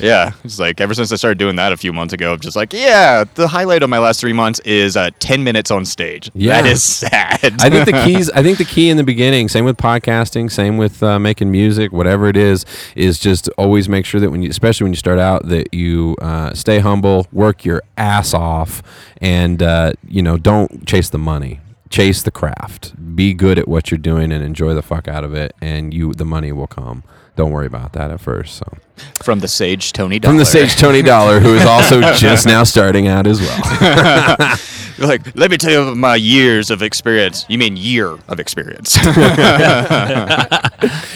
E: yeah, it's like ever since I started doing that a few months ago. I'm just like, yeah. The highlight of my last three months is uh, ten minutes on stage.
A: Yeah.
E: That is sad.
A: I think the keys. I think the key in the beginning, same with podcasting, same with uh, making music, whatever it is, is just always make sure that when you, especially when you start out, that you uh, stay humble, work your ass off, and uh, you know don't chase the money. Chase the craft. Be good at what you're doing and enjoy the fuck out of it, and you the money will come. Don't worry about that at first. So
E: from the sage Tony.
A: from the
E: Dollar.
A: sage Tony Dollar, who is also just now starting out as well.
E: You're like, let me tell you of my years of experience. You mean year of experience?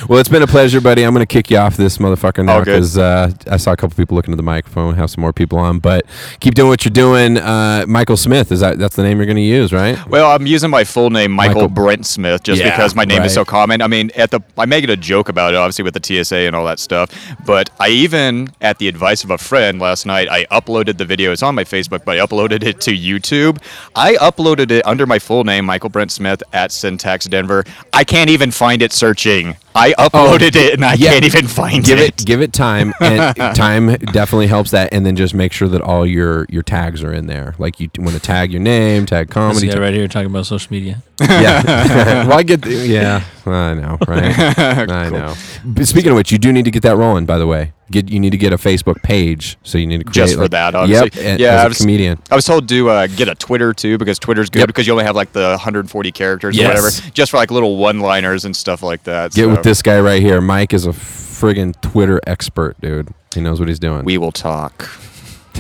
A: Well, it's been a pleasure, buddy. I'm going to kick you off this motherfucker now
E: All good.
A: because uh, I saw a couple people looking at the microphone. Have some more people on, but keep doing what you're doing. Uh, Michael Smith is that? That's the name you're going to use, right?
E: well, I'm using my full name, Michael,
A: Michael-
E: Brent Smith, just
A: Yeah,
E: because my name is so
A: right.
E: common. I mean, at the I make it a joke about it, obviously with the TSA and all that stuff. But I even, at the advice of a friend last night, I uploaded the video. It's on my Facebook, but I uploaded it to YouTube. I uploaded it under my full name, Michael Brent Smith at Syntax Denver. I can't even find it searching. I uploaded it and I
A: Oh, yeah.
E: can't even find
A: Give it, give it time, and time definitely helps that. And then just make sure that all your your tags are in there. Like you want to tag your name, tag
C: This
A: comedy.
C: guy right here talking about social media.
A: yeah. well, I get. The, yeah, I know, right? I know. But speaking of which, you do need to get that rolling. By the way, get you need to get a Facebook page. So you need to create
E: Just for
A: like-
E: that, obviously.
A: Yep, a-
E: Yeah,
A: as
E: I
A: a
E: was-
A: comedian.
E: I was told to uh, get a Twitter too because Twitter's good
A: Yep.
E: because you only have like the 140 characters
C: Yes.
E: or whatever, just for like little one-liners and stuff like that.
A: Get
E: so.
A: with this guy right here. Mike is a friggin' Twitter expert, dude. He knows what he's doing.
E: We will talk.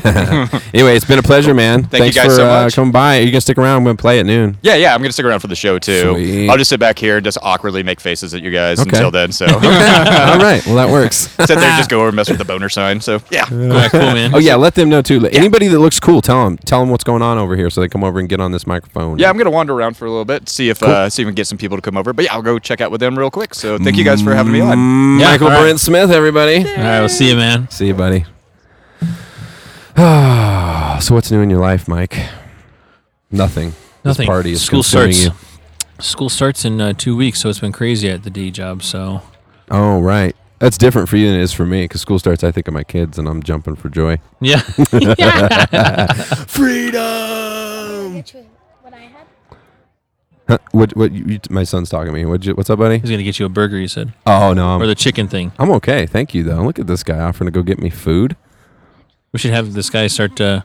A: anyway, it's been a pleasure, man.
E: Thank you
A: Thanks
E: guys
A: for
E: so
A: uh,
E: much.
A: coming by. Are you gonna stick around? I'm gonna play at noon.
E: Yeah, yeah. I'm gonna stick around for the show too.
A: Sweet.
E: I'll just sit back here and just awkwardly make faces at you guys
A: Okay.
E: until then. So
A: All right. Well, that works.
E: sit there, and just go over and mess with the boner sign. So yeah.
C: Alright, cool, man.
A: Oh yeah, let them know too. Let- Anybody that looks cool, tell them. Tell them what's going on over here, so they come over and get on this microphone.
E: Yeah, I'm gonna wander around for a little bit, see if uh, see if we can get some people to come over. But yeah, I'll go check out with them real quick. So thank you guys
A: Mm,
E: for having me on.
C: Yeah,
A: Michael
C: all right.
A: Brent Smith, everybody.
C: All right, we'll see you, man.
A: See you, buddy. so what's new in your life, Mike? Nothing. This
C: Nothing.
A: party is
C: School
A: consuming
C: starts.
A: you.
C: School starts in uh, two weeks, so it's been crazy at the day job. So
A: Oh right. That's different for you than it is for me because school starts. I think of my kids, and I'm jumping for joy.
C: Yeah.
A: Freedom.
D: Which was what I had.
A: what? What? You, you- my son's talking to me. What'd you, what's up, buddy?
C: He's going to get you a burger, you said.
A: Oh no,
C: Or
A: I'm,
C: the chicken thing.
A: I'm okay. Thank you though. Look at this guy offering to go get me food.
C: We should have this guy start uh,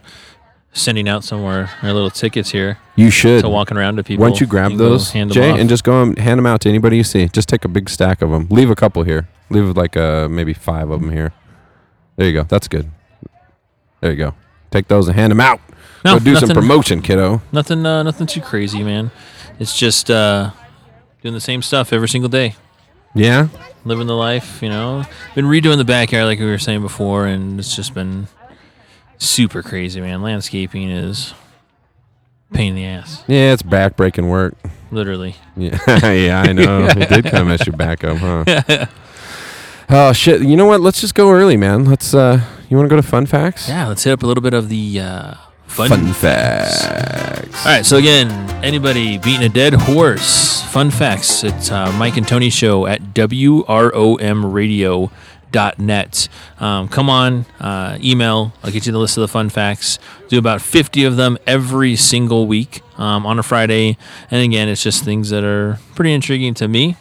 C: sending out somewhere our little tickets here
A: You should.
C: to walking around to people.
A: Once you grab
C: and go
A: those,
C: hand them
A: Jay,
C: off.
A: and just go and hand them out to anybody you see. Just take a big stack of them. Leave a couple here. Leave like uh, maybe five of them here. There you go. That's good. There you go. Take those and hand them out.
C: No,
A: go do some
C: nothing-
A: promotion, kiddo.
C: Nothing, uh, nothing too crazy, man. It's just uh, doing the same stuff every single day,
A: Yeah.
C: living the life. You know, been redoing the backyard like we were saying before, and it's just been super crazy, man. Landscaping is pain in the ass,
A: Yeah, it's backbreaking work.
C: literally.
A: Yeah, yeah, I know. It did kind of mess your back up, huh? oh shit! You know what? Let's just go early, man. Let's. uh You want to go to fun facts?
C: Yeah, let's hit up a little bit of the uh, fun.
A: Fun facts.
C: All right, so again, anybody beating a dead horse? Fun facts. It's uh, Mike and Tony show at wromradio.net. Um, come on, uh, email. I'll get you the list of the fun facts. Do about 50 of them every single week um, on a Friday. And again, it's just things that are pretty intriguing to me.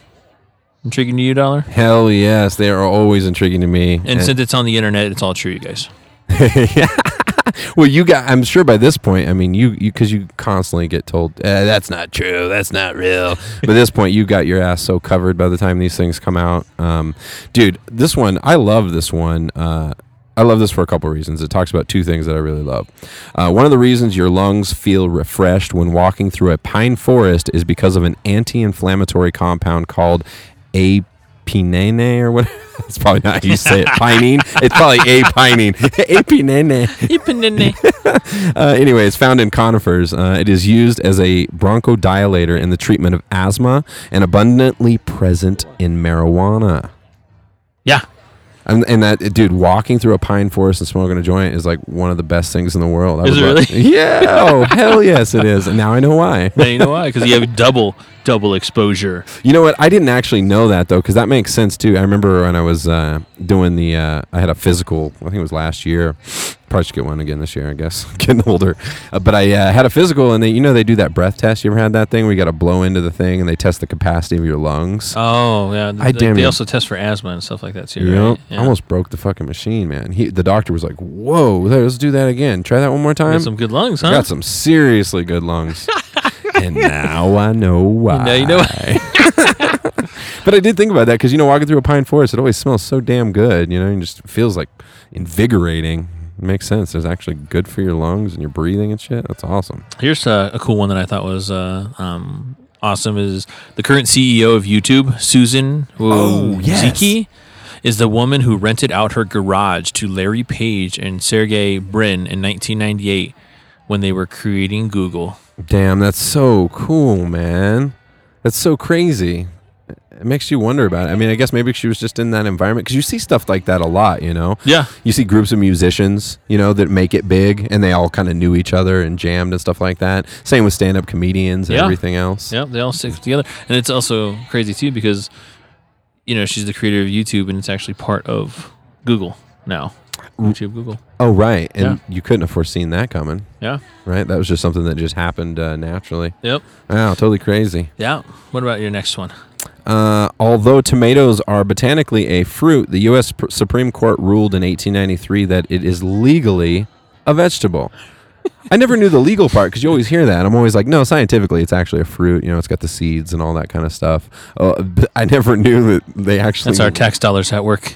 C: Intriguing to you, Dollar?
A: Hell yes, they are always intriguing to me.
C: And since it's on the internet, it's all true, you guys.
A: Well, you got. I'm sure by this point. I mean, you you because you constantly get told eh, that's not true, that's not real. by this point, you got your ass so covered by the time these things come out. Um, dude, this one I love. This one. Uh, I love this for a couple of reasons. It talks about two things that I really love. Uh, one of the reasons your lungs feel refreshed when walking through a pine forest is because of an anti-inflammatory compound called a pinene or what? It's probably not how you say it. Pinene. It's probably a pinene. a pinene uh, anyway, it's found in conifers. Uh, it is used as a bronchodilator in the treatment of asthma and abundantly present in marijuana.
C: yeah.
A: And, and that dude walking through a pine forest and smoking a joint is like one of the best things in the world. I
C: Is
A: was
C: it
A: like,
C: really?
A: Yeah, oh, hell yes, it is. And now I know why.
C: Now you know why? Because you have double, double exposure.
A: You know what? I didn't actually know that though, because that makes sense too. I remember when I was uh, doing the, uh, I had a physical. I think it was last year. Probably should get one again this year, I guess. Getting older, uh, but I uh, had a physical, and they, you know, they do that breath test. You ever had that thing where you got to blow into the thing and they test the capacity of your lungs?
C: Oh yeah,
A: I
C: Th-
A: damn
C: they
A: near-
C: also test for asthma and stuff like that too.
A: you know,
C: Right? Yeah.
A: I almost broke the fucking machine, man. He, the doctor was like, "Whoa, let's do that again. Try that one more
C: Got
A: time."
C: some good lungs, huh?
A: Got some seriously good lungs. and now I know why.
C: now you know
A: but I did think about that because, you know, walking through a pine forest, it always smells so damn good, you know, and just feels like invigorating. It makes sense. There's actually good for your lungs and your breathing and shit. That's awesome.
C: Here's uh, a cool one that I thought was uh, um, awesome. Is the current CEO of YouTube, Susan
A: Oh, yes.
C: Wojcicki, is the woman who rented out her garage to Larry Page and Sergey Brin in 1998 when they were creating Google.
A: Damn, that's so cool, man. That's so crazy. It makes you wonder about it. I mean, I guess maybe she was just in that environment because you see stuff like that a lot, you know?
C: Yeah.
A: you see groups of musicians, you know, that make it big and they all kind of knew each other and jammed and stuff like that. Same with stand up comedians and
C: Yeah.
A: everything else.
C: Yep, they all stick together, and it's also crazy too because you know she's the creator of YouTube, and it's actually part of Google now. YouTube, Google.
A: Oh, right. And you couldn't have foreseen that coming,
C: Yeah.
A: right? That was just something that just happened uh, naturally.
C: Yep.
A: Wow, totally crazy.
C: Yeah. What about your next one?
A: Uh, although tomatoes are botanically a fruit, the U.S. Pr- Supreme Court ruled in 1893 that it is legally a vegetable. I never knew the legal part because you always hear that. I'm always like, no, scientifically, it's actually a fruit. You know, it's got the seeds and all that kind of stuff. Uh, but I never knew that they actually.
C: That's our tax dollars at work.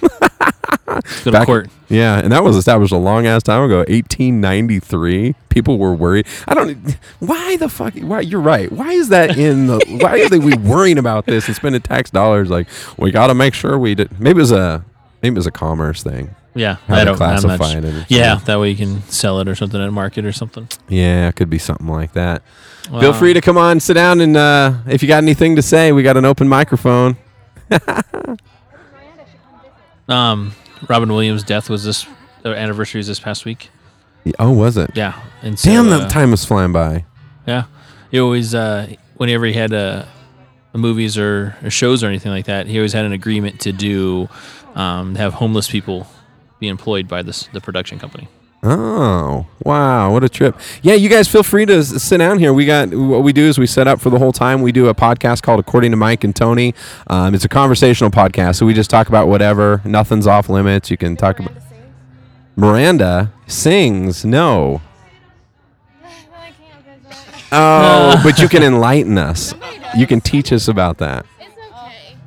C: Let's go to
A: Back-
C: court.
A: Yeah, and that was established a long ass time ago, 1893. People were worried. I don't. e, Why the fuck? Why you're right. Why is that in the? why are they we worrying about this and spending tax dollars? Like we got to make sure we did. Maybe it was a maybe it was a commerce thing.
C: Yeah.
A: How
C: I
A: to
C: don't I'm not
A: classify
C: su-
A: it and-
C: Yeah, that way you can sell it or something at market or something.
A: Yeah, it could be something like that.
C: Wow.
A: Feel free to come on, sit down, and uh, if you got anything to say, we got an open microphone.
C: Um, Robin Williams' death was this their anniversary is this past week.
A: Oh, was it?
C: Yeah. And so,
A: Damn,
C: uh,
A: that time was flying by.
C: Yeah. He always uh whenever he had a movies or, or shows or anything like that, he always had an agreement to do um, have homeless people be employed by this the production company.
A: Oh, wow. What a trip. Yeah, you guys feel free to s- sit down here. We got what we do is we set up for the whole time. We do a podcast called According to Mike and Tony. Um, it's a conversational podcast. So we just talk about whatever. Nothing's off limits. You can talk about Miranda sings. No. Oh, but you can enlighten us. You can teach us about that.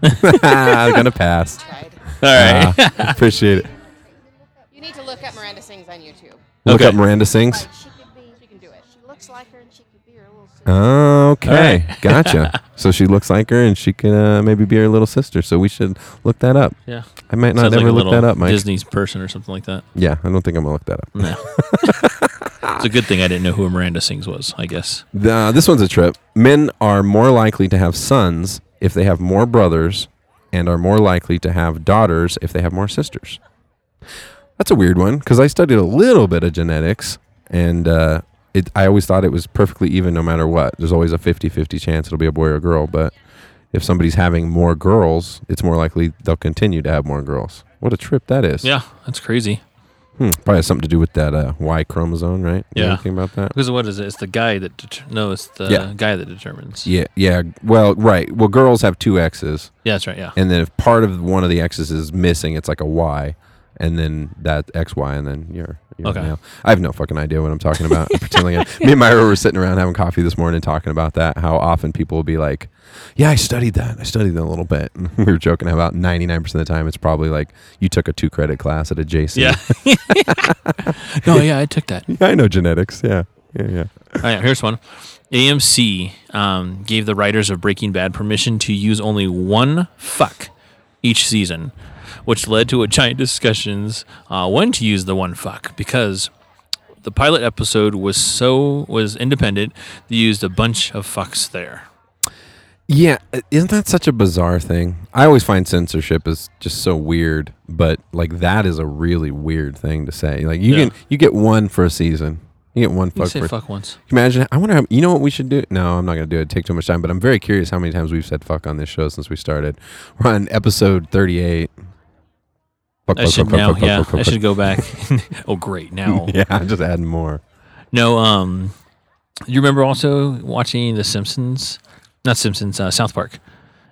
A: It's okay. I'm going to pass.
C: All right.
A: Uh, appreciate it.
F: You need to look up Miranda Sings on YouTube.
A: Look
C: Okay.
A: up Miranda Sings.
G: She could be. She can do it. She looks like her, and she could be her little sister.
A: Oh, Okay, gotcha. So she looks like her, and she can uh, maybe be her little sister. So we should look that up.
C: yeah.
A: I might not
C: Sounds like
A: ever
C: a
A: look
C: little
A: that up, Mike.
C: Disney's person or something like that.
A: Yeah, I don't think I'm gonna look that up.
C: No. it's a good thing I didn't know who Miranda Sings was, I guess.
A: Uh, this one's a trip. Men are more likely to have sons if they have more brothers, and are more likely to have daughters if they have more sisters. That's a weird one because I studied a little bit of genetics, and uh, it, I always thought it was perfectly even no matter what. There's always a 50 50 chance it'll be a boy or a girl, but if somebody's having more girls, it's more likely they'll continue to have more girls. What a trip that is.
C: Yeah, that's crazy.
A: Hmm, probably has something to do with that uh, Y chromosome, right? You know
C: Yeah.
A: Anything about that?
C: Because what is it? It's the guy that det- no, it's the
A: Yeah.
C: guy that determines.
A: Yeah, yeah. Well, right. Well, girls have two X's,
C: Yeah, that's right. Yeah.
A: and then if part of one of the X's is missing, it's like a Y, and then that X Y, and then you're, you're
C: Okay.
A: male. I have no fucking idea what I'm talking about. I'm pretending. I, me and Myra were sitting around having coffee this morning, talking about that. How often people will be like, "Yeah, I studied that. I studied that a little bit." And we were joking about 99 percent of the time, it's probably like you took a two credit class at a JC.
C: Yeah. no, yeah, I took that.
A: yeah I know genetics. Yeah, yeah, yeah.
C: All right, Oh, here's one. AMC um, gave the writers of Breaking Bad permission to use only one fuck each season, which led to a giant discussions uh, when to use the one fuck because the pilot episode was so was independent. They used a bunch of fucks there.
A: Yeah, uh, isn't that such a bizarre thing? I always find censorship is just so weird, but like that is a really weird thing to say. Like you
C: Yeah.
A: can you get one for a season. You get one
C: You
A: fuck
C: say
A: for
C: fuck once.
A: Imagine I wonder how you know what we should do. No, I'm not going to do it. It'd Take too much time, but I'm very curious how many times we've said fuck on this show since we started. We're on episode 38. Fuck,
C: I
A: fuck, fuck,
C: should
A: fuck,
C: now.
A: fuck, fuck,
C: Yeah,
A: fuck,
C: I
A: fuck,
C: should go back. oh, great. Now,
A: fuck. Yeah, I'm just adding more.
C: no. Um, you remember also watching The Simpsons? Not Simpsons. Uh, South Park,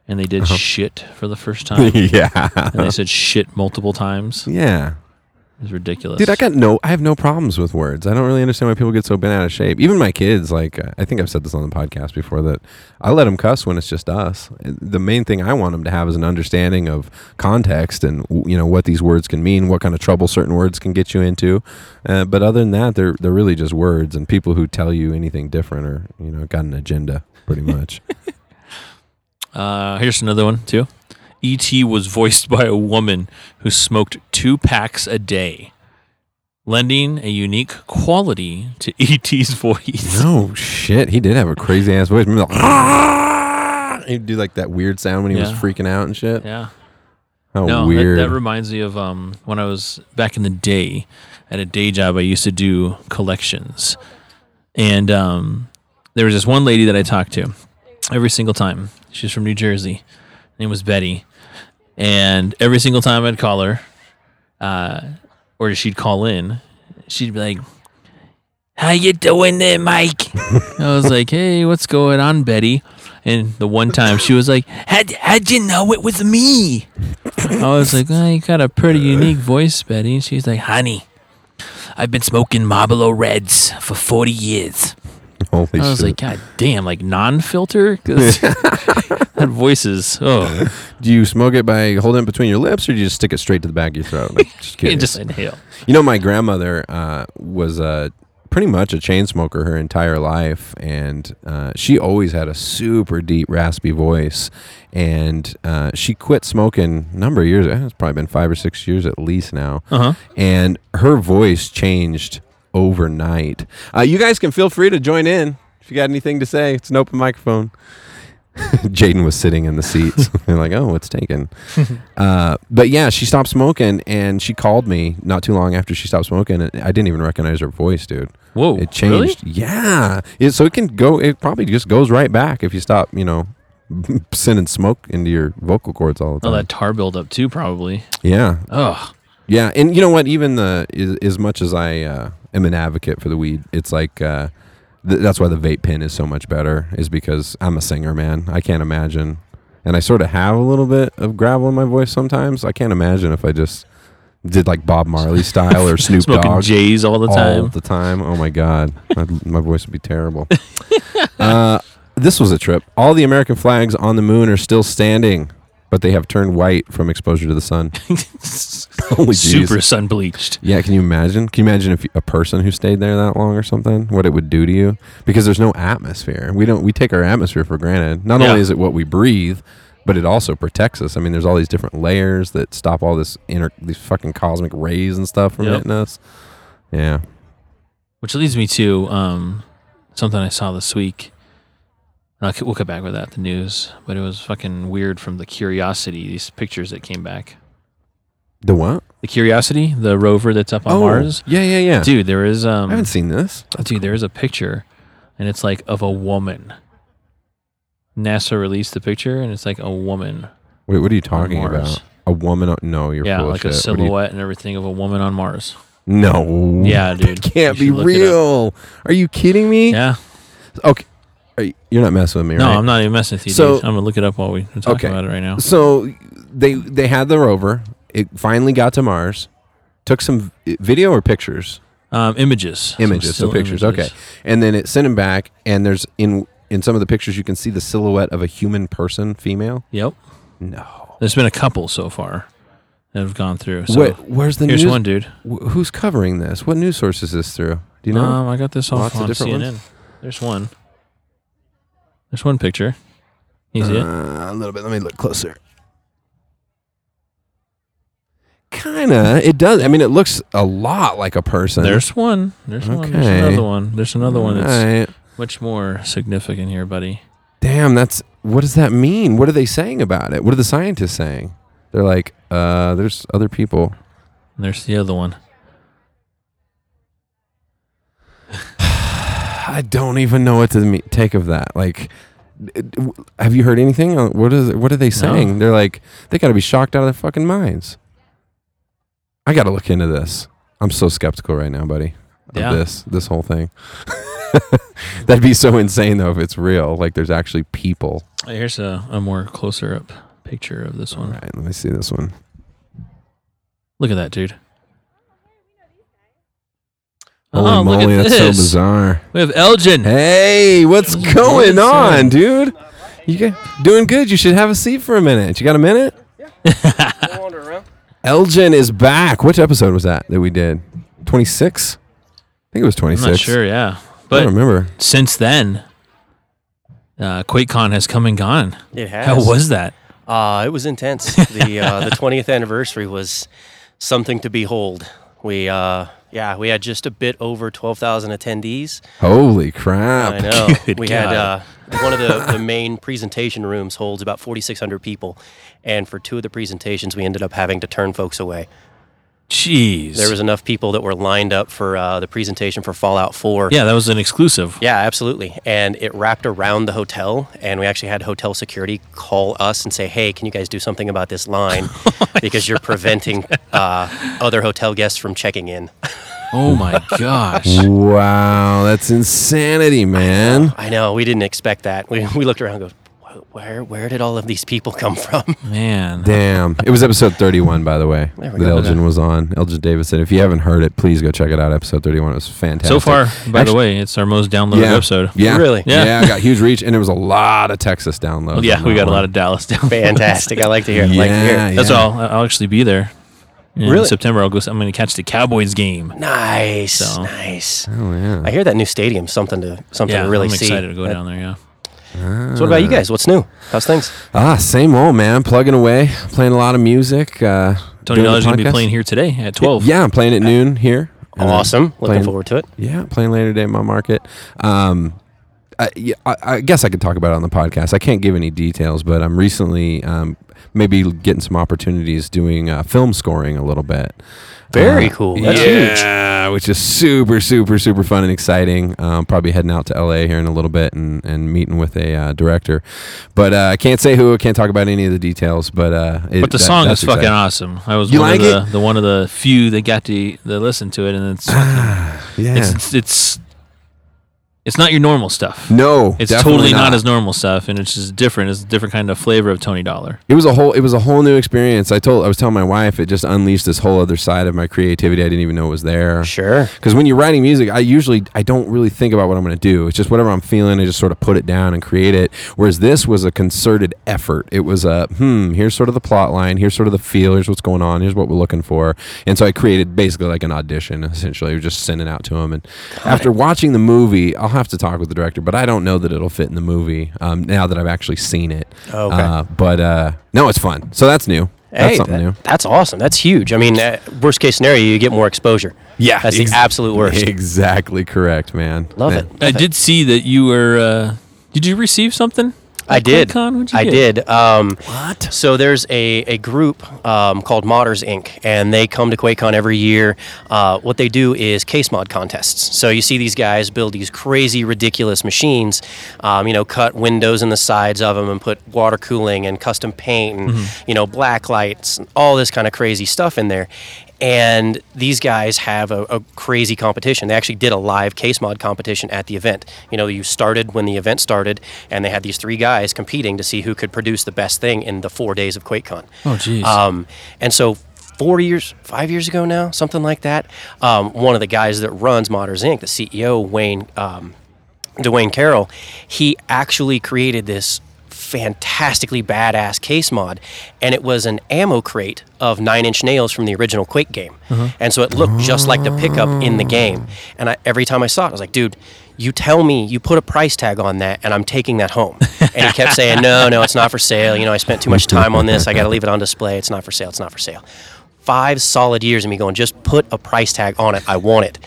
C: and they did
A: Uh-huh.
C: shit for the first time. Uh, and
A: yeah.
C: they said shit multiple times.
A: Yeah.
C: It's ridiculous.
A: Dude, I got no. I have no problems with words. I don't really understand why people get so bent out of shape. Even my kids, like uh, I think I've said this on the podcast before, that I let them cuss when it's just us. The main thing I want them to have is an understanding of context and you know what these words can mean, what kind of trouble certain words can get you into. Uh, but other than that, they're they're really just words, and people who tell you anything different are you know got an agenda pretty much.
C: Uh, here's another one too. E.T. was voiced by a woman who smoked two packs a day, lending a unique quality to E.T.'s voice.
A: no shit, he did have a crazy ass voice. Remember the- He'd do like that weird sound when he was
C: Yeah.
A: freaking out and shit.
C: Yeah.
A: How
C: no, that-
A: weird.
C: That, reminds me of um, when I was back in the day at a day job. I used to do collections, and um, there was this one lady that I talked to every single time. She was from New Jersey. Her name was Betty, and every single time I'd call her, uh, or she'd call in, she'd be like, "How you doing there, Mike?" I was like, "Hey, what's going on, Betty?" And the one time she was like, "How'd, how'd you know it was me?" I was like, well, you got a pretty unique voice, Betty. And she's like, honey, I've been smoking Marlboro Reds for 40 years.
A: Holy
C: I was
A: shit.
C: like, God damn, like non-filter? 'Cause that voice is, oh,
A: Do you smoke it by holding it between your lips, or do you just stick it straight to the back of your throat? Like, just
C: you
A: curious.
C: just inhale.
A: you know, my grandmother uh, was uh, pretty much a chain smoker her entire life, and uh, she always had a super deep, raspy voice. And uh, she quit smoking a number of years. eh, It's probably been five or six years at least now.
C: Uh-huh.
A: And her voice changed overnight. Uh, you guys can feel free to join in if you got anything to say. It's an open microphone. Jaden was sitting in the seats. They're like, oh, it's taken. uh, but yeah, she stopped smoking and she called me not too long after she stopped smoking. And I didn't even recognize her voice, dude.
C: Whoa,
A: It changed. Yeah. It- so it can go, it probably just goes right back if you stop, you know, sending smoke into your vocal cords all the
C: Oh,
A: time.
C: that tar buildup too, probably.
A: yeah,
C: Ugh.
A: yeah, and you know what? Even the as, as much as I uh, am an advocate for the weed, it's like uh, th- that's why the vape pen is so much better. Is because I'm a singer, man. I can't imagine, and I sort of have a little bit of gravel in my voice sometimes. I can't imagine if I just did like Bob Marley style or Snoop
C: Smoking
A: Dogg
C: J's all the
A: all
C: time.
A: the time. Oh my god, my, my voice would be terrible. uh, this was a trip. All the American flags on the moon are still standing, but they have turned white from exposure to the sun. Holy jeez.
C: Super sun bleached.
A: Yeah, can you imagine? Can you imagine if a person who stayed there that long or something, what it would do to you? Because there's no atmosphere. We don't we take our atmosphere for granted. Not
C: Yeah.
A: only is it what we breathe, but it also protects us. I mean, there's all these different layers that stop all this inner these fucking cosmic rays and stuff from
C: Yep.
A: hitting us. Yeah.
C: Which leads me to um, something I saw this week. And I'll, c- we'll come back with that, the news. But it was fucking weird from the Curiosity, these pictures that came back.
A: The what?
C: The Curiosity, the rover that's up on Mars.
A: Yeah, yeah, Oh, yeah.
C: Dude, there is um
A: I haven't seen this.
C: dude, there is a picture and it's like of a woman. NASA released the picture and it's like a woman.
A: Wait, what are you talking
C: Mars.
A: about? A woman? On, no, you're
C: yeah,
A: full of
C: like a
A: shit. What do you-
C: silhouette and everything of a woman on Mars.
A: no.
C: Yeah, dude.
A: That can't
C: You
A: be
C: should look it up.
A: real. Are you kidding me?
C: Yeah.
A: Okay. Are you, you're not messing with me,
C: No,
A: right?
C: I'm not even messing with you,
A: So-
C: dude. I'm gonna look it up while we are talking
A: Okay.
C: about it right now.
A: So they they had the rover. It finally got to Mars. Took some v- video or pictures,
C: Um, images.
A: images, so
C: still
A: pictures.
C: images.
A: Okay, and then it sent him back. And there's in in some of the pictures you can see the silhouette of a human person, female.
C: Yep.
A: No.
C: There's been a couple so far that have gone through. So
A: Wait, where's the
C: here's
A: news?
C: one, dude.
A: Wh- who's covering this? What news source is this through? Do you know?
C: um, I got this off
A: lots of
C: on
A: different
C: CNN.
A: ones?
C: There's one. There's one picture. You see it?
A: Uh, a little bit. Let me look closer. Kinda. It does. I mean, it looks a lot like a person.
C: There's one. There's one. There's
A: Okay.
C: another one. There's another one that's
A: Alright.
C: much more significant here, buddy.
A: Damn, that's what does that mean? What are they saying about it? What are the scientists saying? They're like, uh, there's other people.
C: And there's the other one.
A: I don't even know what to me- take of that. Like, it- w- have you heard anything? Uh, What is? What are they saying? They're like, they got to be shocked out of their fucking minds. I got to look into this. I'm so skeptical right now, buddy. Of
C: Yeah.
A: this this whole thing. That'd be so insane though if it's real. Like, there's actually people.
C: Uh, Here's a, a more closer up picture of this
A: All
C: one.
A: right, let me see this one.
C: Look at that, dude.
A: Holy
C: oh,
A: moly,
C: look at
A: that's
C: this.
A: so bizarre.
C: We have Elgin.
A: Hey, what's going on, dude? You got, doing good. You should have a seat for a minute. You got a minute? Elgin is back. Which episode was that that we did? 26? I think it was
C: I'm
A: 26.
C: not sure, yeah.
A: I don't
C: But
A: remember.
C: since then, uh, QuakeCon has come and gone.
H: It has.
C: How was that?
H: Uh, it was intense. The uh, the twentieth anniversary was something to behold. We uh, yeah, we had just a bit over twelve thousand attendees.
A: Holy crap.
H: I know.
C: Good
H: we had uh, one of the, the main presentation rooms holds about forty six hundred people, and for two of the presentations, we ended up having to turn folks away.
C: Jeez.
H: There was enough people that were lined up for uh, the presentation for Fallout Four.
C: yeah, that was an exclusive.
H: Yeah, absolutely. And it wrapped around the hotel, and we actually had hotel security call us and say, "Hey, can you guys do something about this line
C: Oh
H: because you're preventing uh, other hotel guests from checking in."
C: Oh my gosh.
A: Wow, that's insanity, man.
H: I know we didn't expect that. We, we looked around, and go, "Wh- "Where where did all of these people come from?"
C: Man.
A: Damn. It was episode 31, by the way,
H: There
A: that
H: we go.
A: Elgin was on. Elgin Davidson. If you haven't heard it, please go check it out. Episode 31. It was fantastic.
C: So far, by
A: Actu-
C: the way, it's our most downloaded
A: yeah,
C: episode.
A: Yeah.
H: Really?
A: Yeah.
C: Yeah.
A: I got huge reach, and there was a lot of Texas downloads.
C: Yeah,
A: on
C: we
A: that
C: got a
A: one.
C: lot of Dallas down.
H: Fantastic. I like to hear. it.
A: Yeah,
H: Like to hear. it.
C: That's
A: yeah.
C: all. I'll actually be there. In
H: Really?
C: September, I'll go. I'm going to catch the Cowboys game.
H: Nice,
C: So-
H: nice.
A: Oh yeah.
H: I hear that new stadium. Something to something
C: yeah,
H: to really
C: I'm
H: see.
C: excited to go
H: That-
C: down there. Yeah.
H: So, what about you guys? What's new? How's things?
A: Ah, same old man. Plugging away, playing a lot of music. Uh,
C: Tony
A: doing the
C: Dollar's going to be
A: podcast.
C: playing here today at 12.
A: Yeah, I'm playing at noon here. And then
H: Awesome. Looking
A: playing-
H: forward to it.
A: Yeah, playing later today in my market. Um, I, yeah, I, I guess I could talk about it on the podcast. I can't give any details, but I'm recently um, maybe getting some opportunities doing uh, film scoring a little bit.
H: Very
A: Uh,
H: cool. That's huge.
A: yeah, which is super, super, super fun and exciting. Um, probably heading out to LA here in a little bit and, and meeting with a uh, director. But uh, I can't say who. I can't talk about any of the details. But uh, it-
C: But the
A: that-
C: song
A: that's
C: is fucking
A: exciting.
C: awesome. I was
A: You
C: one
A: like
C: of the,
A: it?
C: the one of the few that got to that listen to it, and it's fucking-
A: Yeah.
C: it's, it's it's it's not your normal stuff.
A: no,
C: It's
A: definitely
C: totally not. as normal stuff, and it's just different. It's a different kind of flavor of Tony Dollar.
A: It was a whole. It was a whole new experience. I told. I was telling my wife. It just unleashed this whole other side of my creativity. I didn't even know was there.
H: Sure.
A: Because when you're writing music, I usually I don't really think about what I'm going to do. It's just whatever I'm feeling. I just sort of put it down and create it. Whereas this was a concerted effort. It was a hmm. Here's sort of the plot line. Here's sort of the feel. Here's what's going on. Here's what we're looking for. And so I created basically like an audition. Essentially, We're just sending out to him. And after watching the movie, I'll have to talk with the director. But I don't know that it'll fit in the movie um, now that I've actually seen it.
H: Okay.
A: Uh, but uh, no, it's fun. So that's new. That's
H: Hey,
A: something
H: that-
A: new.
H: That's awesome. That's huge. I mean, uh, worst case scenario, you get more exposure.
A: Yeah,
H: That's the
A: ex-
H: absolute worst.
A: Exactly correct, man.
H: Love
A: Yeah.
H: it.
C: I did see that you were. Uh, did you receive something?
H: I
C: at
H: did.
C: QuakeCon? What'd you
H: I
C: get?
H: did. Um,
C: What?
H: So there's a, a group um, called Modders Inc. and they come to QuakeCon every year. Uh, what they do is case mod contests. So you see these guys build these crazy, ridiculous machines. Um, you know, cut windows in the sides of them and put water cooling and custom paint and
A: Mm-hmm.
H: you know black lights and all this kind of crazy stuff in there. And these guys have a, a crazy competition. They actually did a live case mod competition at the event. You know, you started when the event started, and they had these three guys competing to see who could produce the best thing in the four days of QuakeCon.
C: Oh, jeez.
H: Um, and so four years, five years ago now, something like that, um, one of the guys that runs Modders Inc., the CEO, Wayne, um, Dwayne Carroll, he actually created this fantastically badass case mod, and it was an ammo crate of nine inch nails from the original Quake game, and so it looked just like the pickup in the game. And I, every time I saw it, I was like, dude. You tell me you put a price tag on that, and I'm taking that home. And he kept saying, "No, no, it's not for sale. You know, I spent too much time on this. I got to leave it on display. It's not for sale. It's not for sale." five solid years of me going, just put a price tag on it. I want it.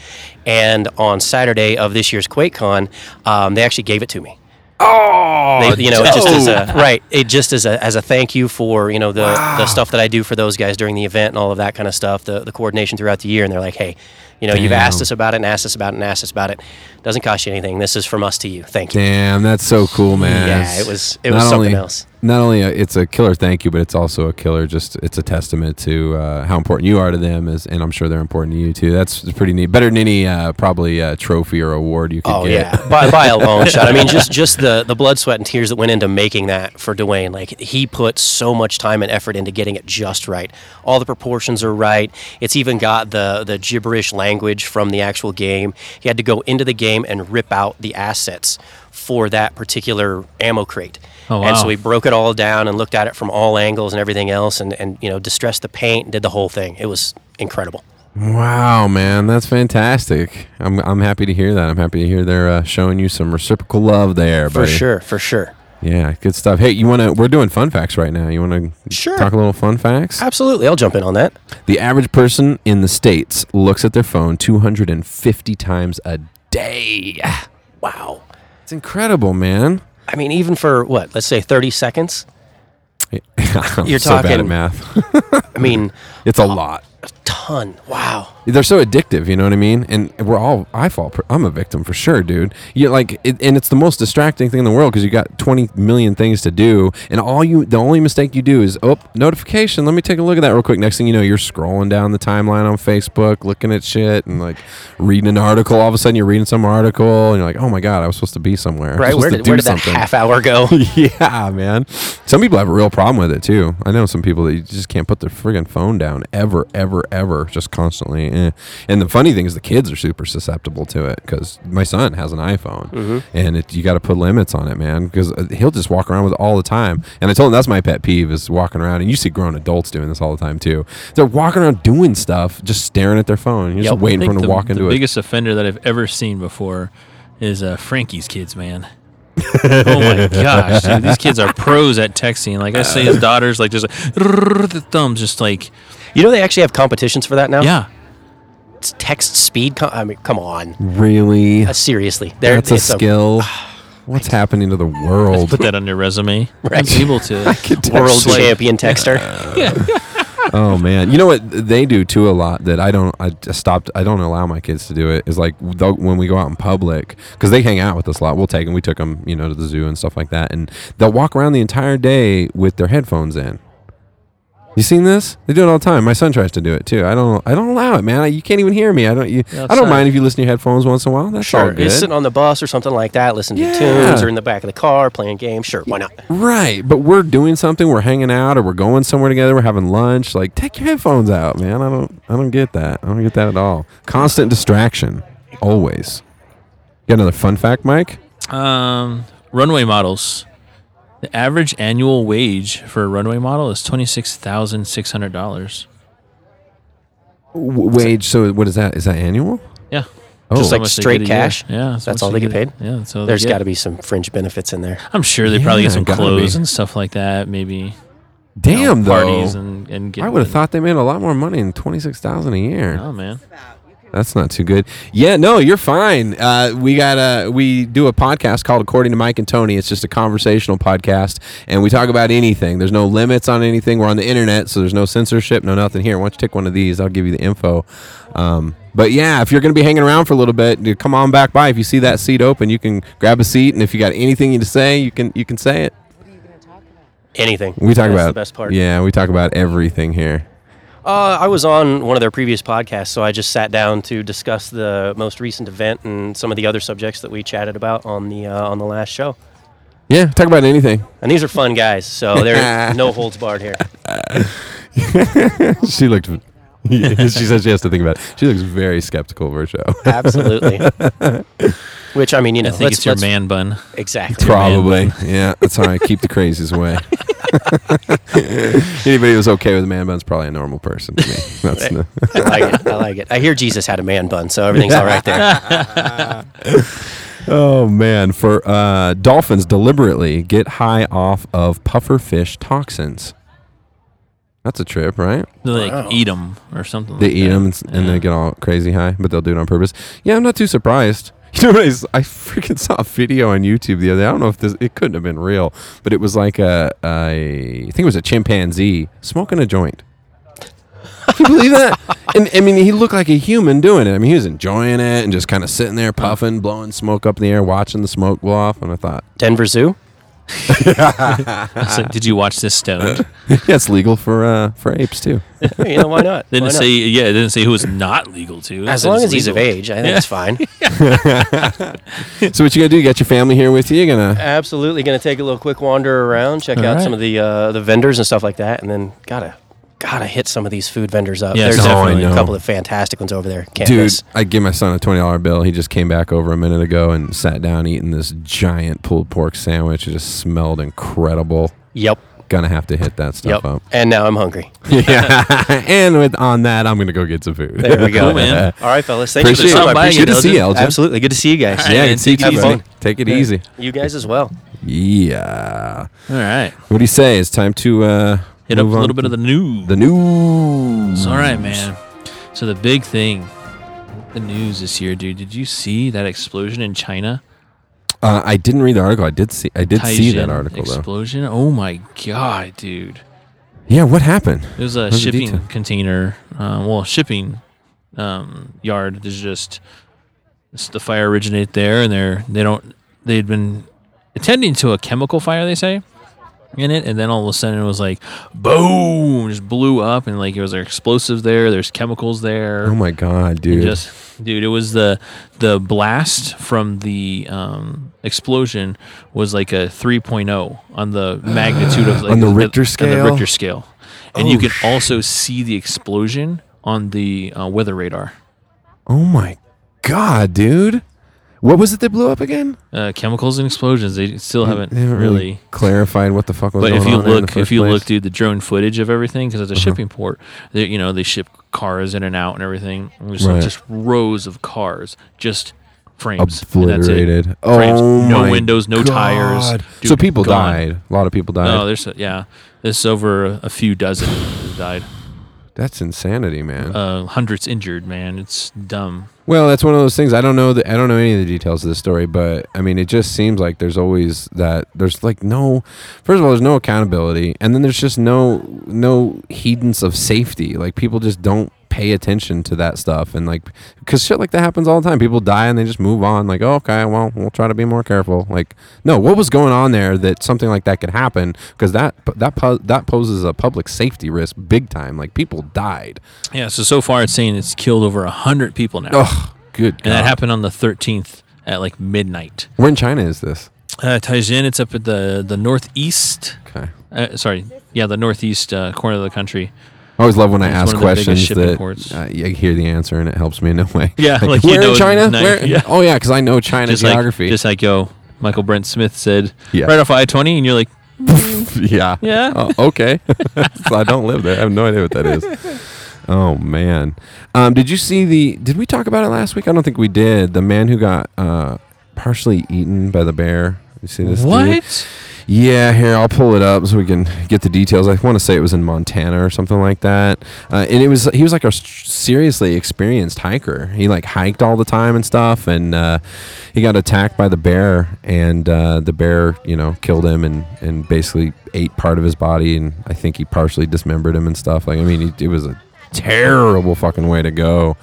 H: And on Saturday of this year's QuakeCon, um, they actually gave it to me. Oh, you know, just as a right, it just as a as a thank you for you know the the stuff that I do for those guys during the event and all of that kind of stuff, the the coordination throughout the year. And they're like, hey, you know, you've asked us about it and asked us about it and asked us about it. Doesn't cost you anything. This is from us to you. Thank you.
A: Damn, that's so cool, man.
H: Yeah,
A: It's
H: it was- it was
A: not
H: something
A: only-
H: else.
A: Not only a, it's a killer thank you, but it's also a killer. Just it's a testament to uh, how important you are to them, as, and I'm sure they're important to you too. That's pretty neat. Better than any uh, probably uh, trophy or award you could
H: Oh
A: get.
H: yeah, by, by a long shot. I mean, just just the the blood, sweat, and tears that went into making that for Dwayne. Like he put so much time and effort into getting it just right. All the proportions are right. It's even got the the gibberish language from the actual game. He had to go into the game and rip out the assets for that particular ammo crate.
C: Oh,
H: And so
C: wow.
H: we broke it all down and looked at it from all angles and everything else, and and you know distressed the paint, did the whole thing. It was incredible.
A: Wow, man, that's fantastic. I'm I'm happy to hear that. I'm happy to hear they're uh, showing you some reciprocal love there,
H: For
A: buddy.
H: sure, for sure.
A: Yeah, good stuff. Hey, you want to? We're doing fun facts right now. You want to
H: Sure.
A: talk a little fun facts?
H: Absolutely, I'll jump in on that.
A: The average person in the states looks at their phone 250 times a day.
H: Wow.
A: It's incredible, man.
H: I mean, even for what? Let's say thirty seconds.
A: I'm
H: You're
A: so bad at
H: talking-
A: math.
H: I
A: Mm-hmm.
H: mean,
A: it's a lot.
H: ton. Wow.
A: They're so addictive, you know what I mean? And we're all I fall. pr- I'm a victim for sure, dude. You like, it, and it's the most distracting thing in the world because you got 20 million things to do, and all you, the only mistake you do is, oh, notification. Let me take a look at that real quick. Next thing you know, you're scrolling down the timeline on Facebook, looking at shit, and like reading an article. All of a sudden, you're reading some article, and you're like, oh my god, I was supposed to be somewhere. I was
H: Right?
A: supposed
H: Where
A: to
H: did,
A: do
H: where did that
A: something.
H: half hour go?
A: yeah, man. Some people have a real problem with it too. I know some people that you just can't put their friggin' phone down ever, ever, ever, just constantly. eh. And the funny thing is, the kids are super susceptible to it because my son has an iPhone,
C: Mm-hmm.
A: and it, you got to put limits on it, man, because he'll just walk around with it all the time. And I told him that's my pet peeve is walking around, and you see grown adults doing this all the time too. They're walking around doing stuff, just staring at their phone. You're
H: Yep.
A: just waiting for
C: think
A: them to
C: the,
A: walk
C: the
A: into it.
C: biggest offender that I've ever seen before is uh, Frankie's kids, man. oh my gosh, dude, these kids are pros at texting. Like I see his daughters, like just like, the thumbs, just like
H: You know, they actually have competitions for that now.
C: yeah.
H: It's text speed. Com- I mean, come on.
A: Really?
H: Uh, seriously, there.
A: Mm. That's a
H: it's
A: skill. What's happening to the world?
C: Put that on your resume.
H: Right.
C: I'm able to.
H: World
C: Actually-
H: champion texter.
A: Oh man, you know what they do too a lot that I don't. I just stopped. I don't allow my kids to do it. Is like they'll- when we go out in public because they hang out with us a lot. We'll take them. We took them, you know, to the zoo and stuff like that, and they'll walk around the entire day with their headphones in. You seen this? They do it all the time. My son tries to do it too. I don't. I don't allow it, man. I, you can't even hear me. I don't. You, I
C: Outside.
A: don't mind if you listen to your headphones once in a while. That's all
H: Sure.
A: good.
H: You're sitting on the bus or something like that, listening
A: Yeah.
H: to tunes or in the back of the car playing games. Sure, why not?
A: Right, but we're doing something. We're hanging out, or we're going somewhere together. We're having lunch. Like, take your headphones out, man. I don't, I don't get that. I don't get that at all. Constant distraction, always. You got another fun fact, Mike?
C: Um, runway models. The average annual wage for a runway model is twenty six thousand six hundred dollars.
A: W- wage. So, what is that? Is that annual?
C: Yeah.
A: Oh,
H: Just
C: How
H: like
C: much they
H: straight
C: get a year.
H: cash?
C: Yeah.
H: That's
C: much
H: all they get
C: Yeah. That's all
H: There's
C: they
H: got
C: get.
H: to be some fringe benefits in there.
C: I'm sure they probably get
A: Yeah,
C: some
A: gotta
C: clothes
A: be.
C: and stuff like that. Maybe you know,
A: damn though.
C: parties and and get.
A: I would have thought they made a lot more money than twenty six thousand a year.
C: Oh man.
A: That's not too good. Yeah, no, you're fine. Uh, we got a we do a podcast called According to Mike and Tony. It's just a conversational podcast, and we talk about anything. There's no limits on anything. We're on the internet, so there's no censorship, no nothing here. Why don't you take one of these? I'll give you the info. Um, but yeah, if you're going to be hanging around for a little bit, you come on back by. If you see that seat open, you can grab a seat, and if you got anything to say, you can you can say it.
H: Anything.
A: We talk
H: That's
A: about
H: the best part.
A: Yeah, we talk about everything here.
H: Uh, I was on one of their previous podcasts, so I just sat down to discuss the most recent event and some of the other subjects that we chatted about on the uh, on the last show.
A: Yeah, talk about anything.
H: And these are fun guys, so there's no holds barred here.
A: she looked. she said she has to think about it. She looks very skeptical of her show.
H: Absolutely. Which I mean, you know,
C: I think
H: let's-
C: it's your
H: let's-
C: man bun.
H: Exactly.
A: Probably. Yeah, that's how I keep the crazies away. Anybody who's okay with man bun's probably a normal person to me. That's no-
H: I like it. I like it. I hear Jesus had a man bun, so everything's all right there.
A: oh man, for uh, dolphins deliberately get high off of puffer fish toxins. That's a trip, right?
C: They like eat 'em or something.
A: They
C: like
A: eat
C: that.
A: them and, s- and they get all crazy high, but they'll do it on purpose. Yeah, I'm not too surprised. You know what? I, s- I freaking saw a video on YouTube the other day. I don't know if this, it couldn't have been real, but it was like a, a I think it was a chimpanzee smoking a joint. Can you believe that? And I mean, he looked like a human doing it. I mean, he was enjoying it and just kind of sitting there puffing, blowing smoke up in the air, watching the smoke blow off. And I thought,
H: Denver Zoo.
C: It's
H: "Ah."
C: like, did you watch this stoned?
A: yeah, it's legal for uh, for apes too.
H: You know, why not?
C: They
H: Why
C: didn't
H: not?
C: say. Yeah, they didn't say who was not legal to. They
H: As
C: said
H: long
C: it's
H: as he's of
C: legal.
H: age, I think it's fine.
A: so what you gonna do? You got your family here with you? You gonna?
H: Absolutely, going to take a little quick wander around, check
C: All
H: out
C: right.
H: some of the uh, the vendors and stuff like that, and then gotta gotta hit some of these food vendors up.
C: Yes,
H: There's
C: oh, I
H: definitely
A: know.
H: a couple of fantastic ones over there. Can't
A: Dude,
H: miss.
A: I gave my son a twenty dollar bill. He just came back over a minute ago and sat down eating this giant pulled pork sandwich. It just smelled incredible.
H: Yep.
A: Gonna have to hit that stuff
H: Yep.
A: up.
H: And now I'm hungry.
A: yeah. and with on that, I'm gonna go get some food.
H: There we go.
C: Cool, man.
H: All right, fellas. Thank
A: Appreciate
H: you for
A: it.
H: the time. I appreciate
A: Good to see you,
H: it.
A: Elgin.
H: Absolutely. Good to see you guys.
A: Yeah,
C: man,
A: good to see you.
C: take it
A: Keep
H: easy.
A: it- Take it easy.
H: You guys as well.
A: Yeah.
C: All right.
A: What do you say? It's time to uh,
C: Hit up a
A: move on
C: little bit of the news.
A: the news.
C: All right, man. So the big thing, the news this year, dude. Did you see that explosion in China?
A: Uh, I didn't read the article. I did see. I did see that
C: Taizhen
A: article though.
C: Explosion. Oh my god, dude.
A: Yeah. What happened?
C: It was a
A: the
C: shipping
A: detail?
C: container. Uh, well, shipping um, yard. There's just it's- the fire originated there, and they're they don't they'd been attending to a chemical fire. They say in it, and then all of a sudden it was like boom, just blew up, and like it was there explosives there. There's chemicals there.
A: Oh my god, dude.
C: And Just dude, it was the the blast from the um, explosion was like a 3.0 on the magnitude of like
A: On the
C: of-
A: Richter
C: On
A: scale? Oh,
C: the Richter scale, and you can also see the explosion on the uh, weather radar.
A: oh my god, dude. What was it that blew up again?
C: Uh, chemicals and explosions. They still haven't,
A: They haven't
C: really.
A: really clarified what the fuck was
C: But
A: going on.
C: if you
A: there in the
C: look,
A: first
C: if you
A: place. Uh-huh.
C: look, dude, the drone footage of everything because it's a shipping port. They, you know, they ship cars in and out and everything. And there's
A: Right.
C: just rows of cars, just frames. and that's it.
A: obliterated. Oh
C: Frames. No
A: my
C: windows, no tires.
A: God.
C: Dude,
A: so people
C: gone.
A: died. A lot of people died.
C: No, there's yeah, there's over a few dozen that died.
A: That's insanity, man.
C: uh, hundreds injured, man. It's dumb.
A: Well, that's one of those things. I don't know. The, I don't know any of the details of this story, but I mean, it just seems like there's always that. There's like no. First of all, there's no accountability, and then there's just no no heedance of safety. Like people just don't pay attention to that stuff, and like because shit like that happens all the time. People die and they just move on. Like, oh, okay, well, we'll try to be more careful. Like, no, what was going on there that something like that could happen? Because that that po- that poses a public safety risk big time. Like people died.
C: Yeah. So so far, it's saying it's killed over hundred people now,
A: Oh, good.
C: and that
A: God.
C: happened on the thirteenth at like midnight.
A: Where in China is this?
C: Uh, Taizhen, it's up at the the northeast.
A: Okay.
C: Uh, sorry, yeah, the northeast uh, corner of the country.
A: I always love when I
C: It's
A: ask
C: one of the biggest
A: questions
C: shipping
A: that
C: ports.
A: uh, I hear the answer and it helps me in a way.
C: Yeah, like you
A: where
C: know
A: in China?
C: nine-
A: Where?
C: yeah.
A: Oh yeah, because I know China
C: Just
A: geography.
C: like just like yo, Michael Brent Smith said
A: Yeah.
C: right off I twenty, and you're like,
A: yeah.
C: Yeah.
A: Oh, okay. So I don't live there. I have no idea what that is. Oh man. Um, did you see the? Did we talk about it last week? I don't think we did. The man who got uh, partially eaten by the bear. You see this? dude?
C: what?
A: Yeah, here I'll pull it up so we can get the details. I want to say it was in Montana or something like that. Uh, and it was he was like a s- seriously experienced hiker. He like hiked all the time and stuff, and uh, he got attacked by the bear, and uh, the bear you know killed him and and basically ate part of his body, and I think he partially dismembered him and stuff. Like I mean, he, it was a terrible fucking way to go.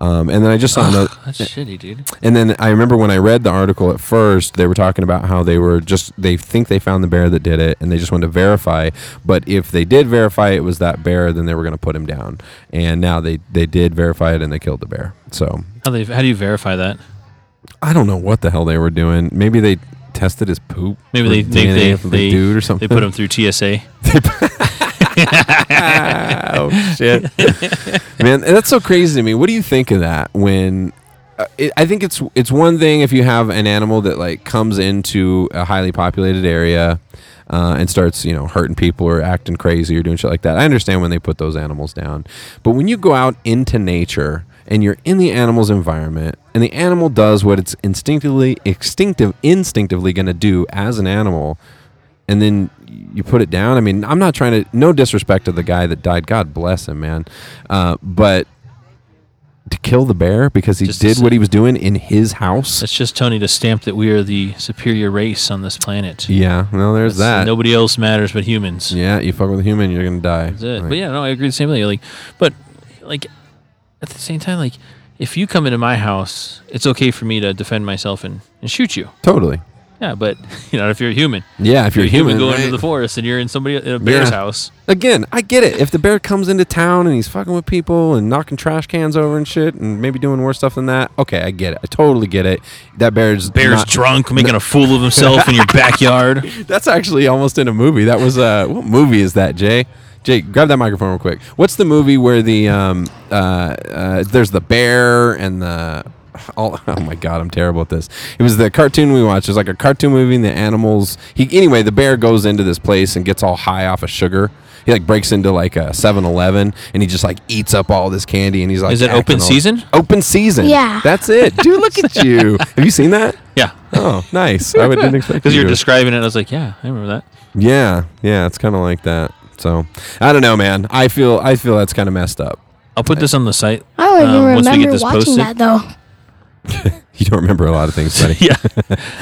A: Um, and then I just saw another.
C: That's shitty, dude.
A: And then I remember when I read the article at first, they were talking about how they were just, they think they found the bear that did it and they just wanted to verify. But if they did verify it was that bear, then they were going to put him down. And now they, they did verify it and they killed the bear. So
C: How they how do you verify that?
A: I don't know what the hell they were doing. Maybe they tested his poop.
C: Maybe
A: or
C: they they
A: DNA
C: they,
A: of the
C: they,
A: dude or something.
C: they put him through TSA.
A: oh shit, man, that's so crazy to me. What do you think of that? When uh, it, I think it's it's one thing if you have an animal that like comes into a highly populated area uh, and starts you know hurting people or acting crazy or doing shit like that. I understand when they put those animals down, but when you go out into nature and you're in the animal's environment and the animal does what it's instinctively instinctive instinctively going to do as an animal and then you put it down. I mean, I'm not trying to. No disrespect to the guy that died. God bless him, man. Uh, but to kill the bear because he
C: Just to
A: did
C: say-
A: what he was doing in his house.
C: That's just Tony to stamp that we are the superior race on this planet.
A: Yeah. No, there's that.
C: Nobody else matters but humans.
A: yeah, you fuck with a human, you're gonna die.
C: That's it.
A: Like,
C: But yeah, no, I agree the same thing. Like, but like at the same time, like if you come into my house, it's okay for me to defend myself and, and shoot you.
A: Totally.
C: Yeah, but you know if you're a human,
A: Yeah, if you're,
C: you're a human, going
A: right?
C: into the forest and you're in somebody in a bear's house.
A: Again, I get it. If the bear comes into town and he's fucking with people and knocking trash cans over and shit and maybe doing worse stuff than that, okay, I get it. I totally get it. That bear's
C: Bear's
A: not-
C: drunk, making a fool of himself in your backyard.
A: That's actually almost in a movie. That was uh what movie is that, Jay? Jake, grab that microphone real quick. What's the movie where the um uh, uh there's the bear and the all, oh my god, I'm terrible at this. It was the cartoon we watched. It was like a cartoon movie and the animals he anyway, the bear goes into this place and gets all high off of sugar. He like breaks into like a 7-Eleven and he just like eats up all this candy and he's like
C: Is it
A: acting
C: Open
A: all-
C: Season?
A: Open season.
D: Yeah.
A: That's it. Dude, look at you. Have you seen that?
C: Yeah,
A: Oh, nice. I would- didn't expect
C: because
A: you
C: you're
A: to.
C: describing it. I was like, yeah, I remember that.
A: Yeah, yeah, it's kind of like that. So I don't know, man. I feel I feel that's kind of messed up.
C: I'll put this on the site.
D: I don't even
C: Um, once we get
D: remember
C: this
D: watching
C: posted.
D: that though.
A: You don't remember a lot of things, buddy.
C: yeah.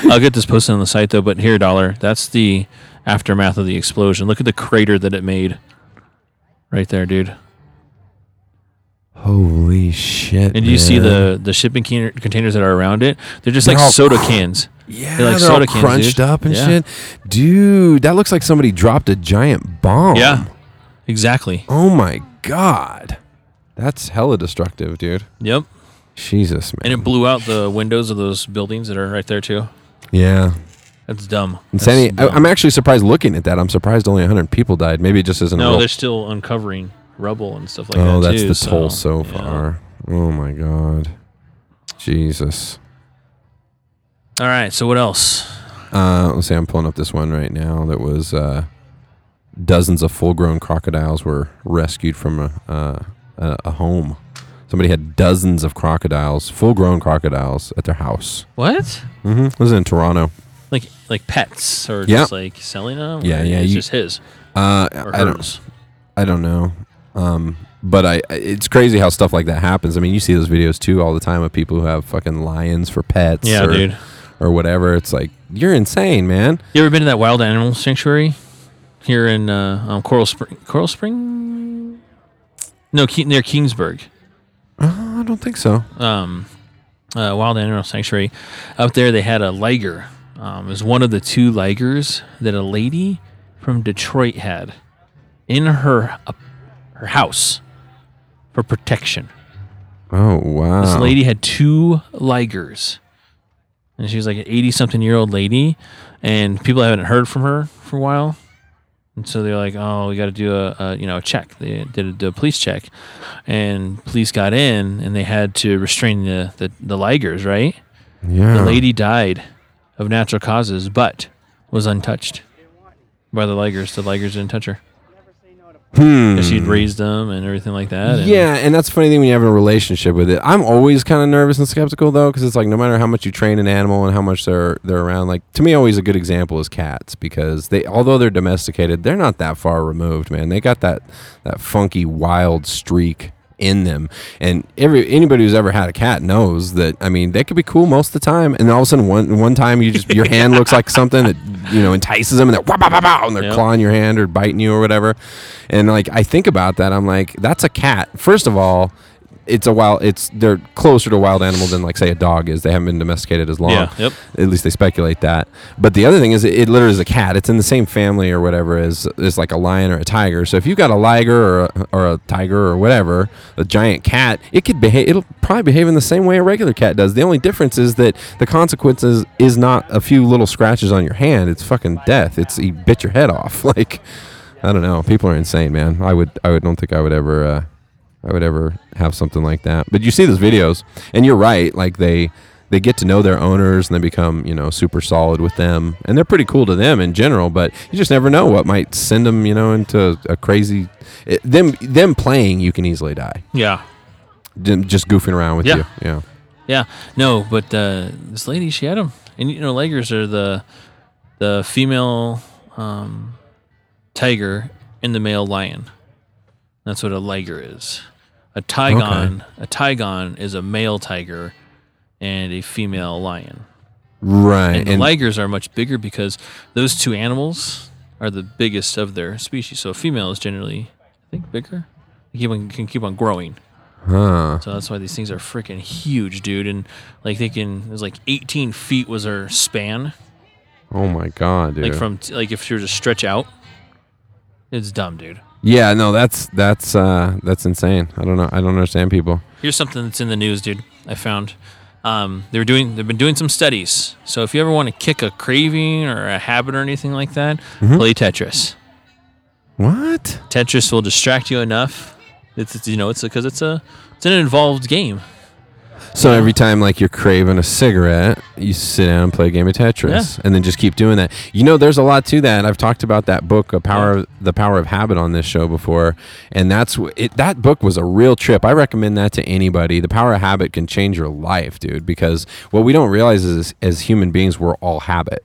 C: I'll get this posted on the site though, but here, Dollar, that's the aftermath of the explosion. Look at the crater that it made. Right there, dude.
A: Holy shit!
C: And do you see
A: man.
C: the the shipping can- containers that are around it? They're just
A: They're all
C: like soda cans.
A: yeah,
C: they're like
A: they're all
C: soda cans,
A: crunched
C: dude.
A: up and
C: Yeah.
A: shit, dude. That looks like somebody dropped a giant bomb.
C: Yeah. Exactly.
A: Oh my god, that's hella destructive, dude.
C: Yep.
A: Jesus, man.
C: And it blew out the windows of those buildings that are right there too.
A: yeah,
C: That's dumb. That's
A: insanity. I,
C: dumb.
A: I'm actually surprised looking at that. I'm surprised only 100 people died. Maybe it just isn't. a
C: no,
A: real
C: they're still uncovering rubble and stuff like that.
A: oh, that's
C: too,
A: the toll so
C: yeah.
A: far. Oh my god, Jesus.
C: All right. So what else?
A: Uh, let's see, I'm pulling up this one right now that was uh, dozens of full grown crocodiles were rescued from a, uh, a, a home. Somebody had dozens of crocodiles, full grown crocodiles, at their house.
C: What?
A: Mm-hmm. This is in Toronto.
C: Like like pets or
A: Yeah.
C: just like selling them?
A: Yeah,
C: Or
A: yeah,
C: It's
A: you-
C: just his
A: Uh,
C: or
A: I don't,
C: hers.
A: I don't know. Um, But I, I- it's crazy how stuff like that happens. I mean, you see those videos too all the time of people who have fucking lions for pets,
C: Yeah,
A: or,
C: dude.
A: or whatever. It's like you're insane, man.
C: You ever been to that wild animal sanctuary here in uh, um, Coral Spring? Coral Spring? No, Ke- near Kingsburg.
A: I don't think so.
C: um, uh, wild animal sanctuary up there they had a liger um, it was one of the two ligers that a lady from detroit had in her uh, her house for protection
A: Oh wow,
C: this lady had two ligers and she was like an 80 something year old lady and people haven't heard from her for a while and so they're like oh we got to do a, a you know a check they did a, did a police check and police got in and they had to restrain the the, the ligers right
A: yeah,
C: the lady died of natural causes but was untouched by the ligers the ligers didn't touch her
A: Hmm.
C: 'Cause she'd raised them and everything like that and-
A: Yeah, and that's the funny thing when you have a relationship with it. I'm always kind of nervous and skeptical though, because it's like no matter how much you train an animal and how much they're they're around. Like to me, always a good example is cats because they, although they're domesticated, they're not that far removed. Man, they got that that funky wild streak in them, and every anybody who's ever had a cat knows that. I mean, they could be cool most of the time, and all of a sudden one one time you just your hand looks like something that you know entices them, and they're wah, bah, bah, bah, and they're
C: Yep.
A: clawing clawing your hand or biting you or whatever. And like I think about that, I'm like, that's a cat. First of all, it's a wild. It's they're closer to a wild animal than like say a dog is. They haven't been domesticated as long.
C: Yeah, yep.
A: At least they speculate that. But the other thing is, it, it literally is a cat. It's in the same family or whatever as is like a lion or a tiger. So if you've got a liger or a, or a tiger or whatever, a giant cat, it could behave. It'll probably behave in the same way a regular cat does. The only difference is that the consequences is not a few little scratches on your hand. It's fucking death. It's he bit your head off. Like I don't know. People are insane, man. I would. I would. Don't think I would ever. Uh, I would ever have something like that. But you see those videos, and you're right. Like they they get to know their owners, and they become you know super solid with them, and they're pretty cool to them in general. But you just never know what might send them, you know, into a crazy. It, them them playing, you can easily die.
C: yeah
A: Them Just goofing around with
C: Yeah.
A: you. Yeah.
C: Yeah, no, but uh, this lady, she had them, and you know, Legers are the the female um, tiger and the male lion. That's what a Leger is. A Tigon, a Tigon is a male tiger and a female lion.
A: Right.
C: And, the Ligers are much bigger because those two animals are the biggest of their species. So a female is generally, I think, bigger. They keep on, can keep on growing.
A: huh.
C: So that's why these things are freaking huge, dude. And like they can, it was like 18 feet was her span.
A: Oh my god, dude.
C: Like from t- like if she were to stretch out, it's dumb, dude.
A: yeah. No, that's that's uh that's insane. I don't know. I don't understand people.
C: Here's something that's in the news, dude. I found um, they were doing they've been doing some studies. So if you ever want to kick a craving or a habit or anything like that,
A: Mm-hmm.
C: play Tetris.
A: What?
C: Tetris will distract you enough. It's, it's you know it's because it's a it's an involved game.
A: So every time like you're craving a cigarette, you sit down and play a game of Tetris, and then just keep doing that. You know, there's a lot to that. I've talked about that book, a power, the power of habit, on this show before, and that's wh- it. That book was a real trip. I recommend that to anybody. The power of habit can change your life, dude. Because what we don't realize is, as human beings, we're all habit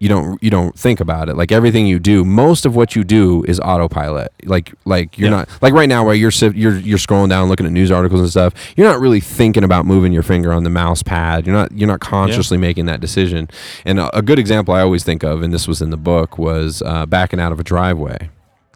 A: you don't you don't think about it like everything you do most of what you do is autopilot like like you're not like right now where you're sit- you're you're scrolling down looking at news articles and stuff you're not really thinking about moving your finger on the mouse pad you're not you're not consciously making that decision and a, a good example i always think of and this was in the book was uh, backing out of a driveway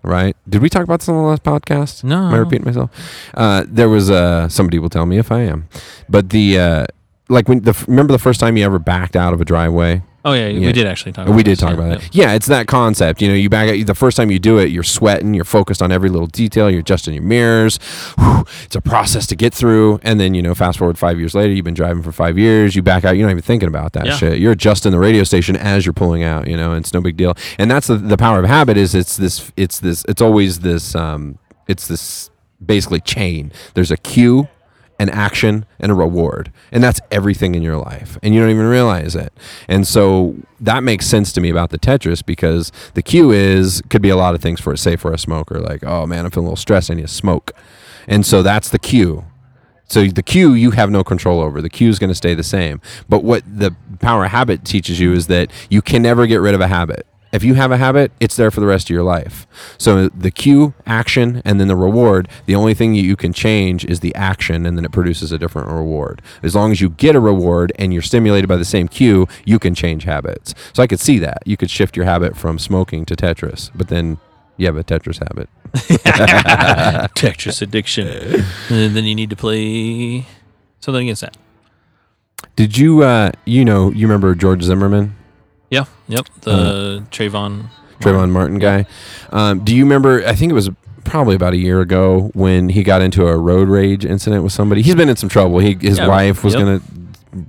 A: right? Did we talk about this on the last podcast?
C: No.
A: Am I repeating myself? Uh, there was uh, somebody will tell me if I am, but the uh, like when the f- remember the first time you ever backed out of a driveway.
C: Oh yeah,
A: Yeah.
C: we did actually talk. about
A: We did
C: this,
A: talk
C: yeah,
A: about
C: yeah.
A: it. Yeah, it's that concept. You know, you back out the first time you do it, you're sweating, you're focused on every little detail, you're adjusting your mirrors. Whew, it's a process to get through. And then, you know, fast forward five years later, you've been driving for five years, you back out, you're not even thinking about that
C: Yeah.
A: shit. You're adjusting the radio station as you're pulling out, you know, and it's no big deal. And that's the, the power of habit is it's this it's this it's always this um it's this basically chain. There's a cue an action and a reward and that's everything in your life and you don't even realize it and so that makes sense to me about the tetris because the cue is could be a lot of things for it say for a smoker like oh man i'm feeling a little stressed i need to smoke and so that's the cue so the cue you have no control over. The cue is going to stay the same. But what the power of habit teaches you is that you can never get rid of a habit. If you have a habit, it's there for the rest of your life. So the cue, action, and then the reward, the only thing that you can change is the action, and then it produces a different reward. As long as you get a reward and you're stimulated by the same cue, you can change habits. So I could see that. You could shift your habit from smoking to Tetris, but then you have a Tetris habit.
C: Tetris addiction. and then you need to play something against that.
A: Did you, uh, you know, you remember George Zimmerman?
C: Yeah. Yep. The Uh, Trayvon.
A: Trayvon Martin guy. Um, do you remember? I think it was probably about a year ago when he got into a road rage incident with somebody. He's been in some trouble. He, his
C: Yeah.
A: wife was
C: Yep.
A: going to.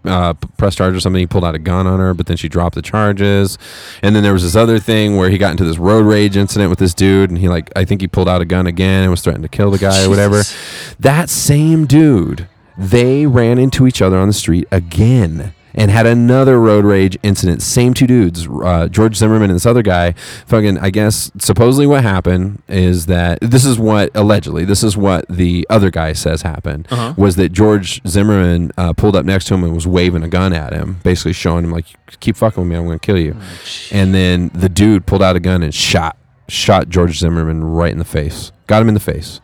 A: Uh, p- press charge or something. He pulled out a gun on her, but then she dropped the charges. And then there was this other thing where he got into this road rage incident with this dude, and he like I think he pulled out a gun again and was threatening to kill the guy or whatever. That same dude, they ran into each other on the street again and had another road rage incident. Same two dudes, uh, George Zimmerman and this other guy. Fucking, I guess supposedly what happened is that this is what allegedly this is what the other guy says happened
C: Uh-huh.
A: was that George Zimmerman uh, pulled up next to him and was waving a gun at him, basically showing him like, "Keep fucking with me, I'm gonna kill you." and then the dude pulled out a gun and shot shot George Zimmerman right in the face. Got him in the face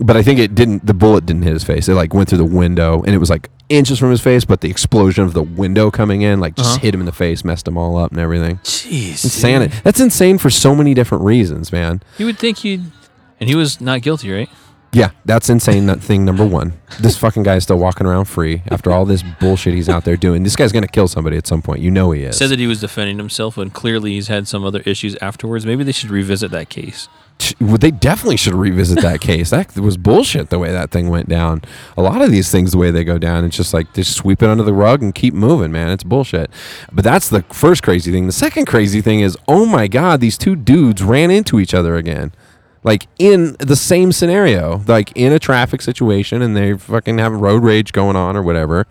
A: but I think it didn't. The bullet didn't hit his face. It like went through the window, and it was like inches from his face. But the explosion of the window coming in, like just
C: Uh-huh.
A: hit him in the face, messed him all up and everything.
C: Jeez.
A: Insanity. That's insane for so many different reasons, man.
C: You would think you'd. And he was not guilty, right?
A: Yeah, that's insane. That thing number one. This fucking guy is still walking around free after all this bullshit he's out there doing. This guy's gonna kill somebody at some point. You know he is.
C: Said that he was defending himself, and clearly he's had some other issues afterwards. Maybe they should revisit that case.
A: Ch- well, they definitely should revisit that case. That was bullshit the way that thing went down. A lot of these things, the way they go down, it's just like just sweep it under the rug and keep moving, man. It's bullshit. But that's the first crazy thing. The second crazy thing is, oh my god, these two dudes ran into each other again, like in the same scenario, like in a traffic situation, and they fucking have road rage going on or whatever.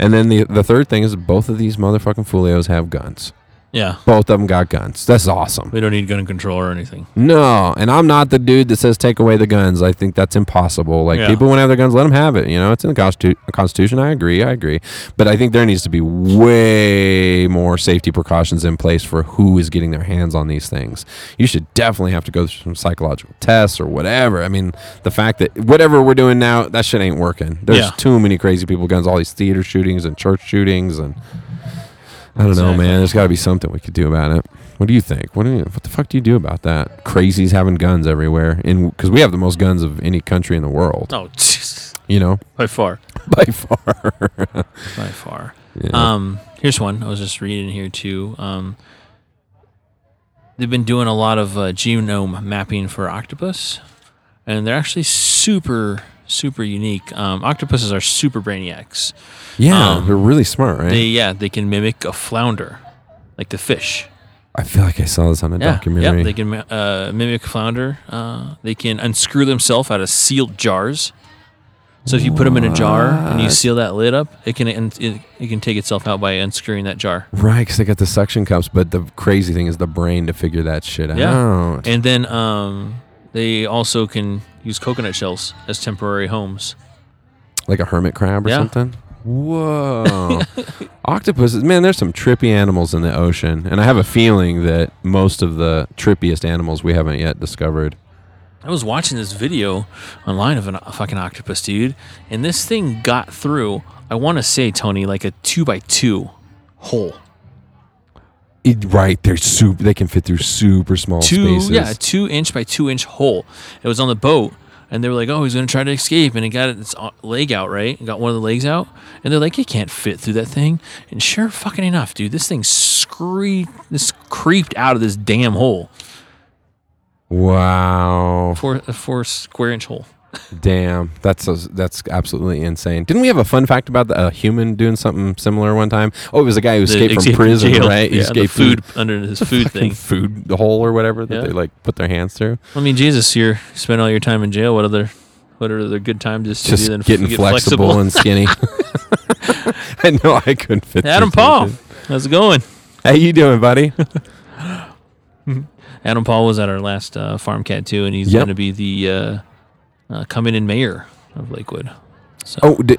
A: And then the the third thing is, both of these motherfucking folios have guns.
C: Yeah.
A: Both of them got guns. That's awesome.
C: We don't need gun control or anything.
A: No, and I'm not the dude that says take away the guns. I think that's impossible. Like
C: Yeah.
A: people want to have their guns, let them have it. You know, it's in the constitu- Constitution. I agree. I agree. But I think there needs to be way more safety precautions in place for who is getting their hands on these things. You should definitely have to go through some psychological tests or whatever. I mean, the fact that whatever we're doing now, that shit ain't working. There's
C: Yeah.
A: too many crazy people with guns. All these theater shootings and church shootings and. I don't know,
C: Exactly.
A: man. There's got to be something we could do about it. What do you think? What do you, what the fuck do you do about that? Crazies having guns everywhere, and because we have the most guns of any country in the world,
C: Oh, jeez.
A: you know,
C: by far.
A: by far.
C: By far.
A: Yeah.
C: Um, here's one. I was just reading here too. Um, they've been doing a lot of uh, genome mapping for octopus, and they're actually super, super unique. Um, octopuses are super brainiacs.
A: yeah,
C: um,
A: they're really smart, right?
C: They yeah, they can mimic a flounder, like the fish.
A: I feel like I saw this on a
C: Yeah,
A: documentary.
C: Yep, they can mi- uh, mimic a flounder. Uh, they can unscrew themselves out of sealed jars. So if you put them in a jar and you
A: What?
C: seal that lid up, it can it, it can take itself out by unscrewing that jar.
A: Right, because they got the suction cups, but the crazy thing is the brain to figure that shit
C: Yeah.
A: out.
C: And then um, they also can use coconut shells as temporary homes.
A: Like a hermit crab or
C: Yeah.
A: something. Whoa. Octopuses, man, there's some trippy animals in the ocean. And I have a feeling that most of the trippiest animals we haven't yet discovered
C: I was watching this video online of an, a fucking octopus, dude, and this thing got through, I want to say, Tony, like a two by two hole.
A: It, right, they're super. They can fit through super small
C: two,
A: spaces.
C: yeah, a two inch by two inch hole. It was on the boat, and they were like, "Oh, he's gonna try to escape," and it got its uh, leg out, right? It got one of the legs out, and they're like, "It can't fit through that thing." And sure, fucking enough, dude, this thing scree this creeped out of this damn hole,
A: wow,
C: four a four square inch hole.
A: damn, that's a, that's absolutely insane. Didn't we have a fun fact about the, a human doing something similar one time? Oh, it was a guy who
C: The
A: escaped
C: exit
A: from prison,
C: jail.
A: right? He
C: Yeah, the
A: escaped
C: food under his food
A: fucking
C: thing.
A: food hole or whatever that
C: Yeah.
A: they like put their hands through.
C: I mean, Jesus, you spent all your time in jail. What other what are the good times just to
A: Just
C: do than f-
A: getting
C: get
A: flexible, and skinny. I know I couldn't fit.
C: Adam
A: through
C: Paul,
A: something.
C: how's it going?
A: how you doing, buddy?
C: Adam Paul was at our last uh, farm cat too, and he's
A: Yep.
C: going to be the uh, uh, coming in mayor of Lakewood.
A: Oh, d
C: A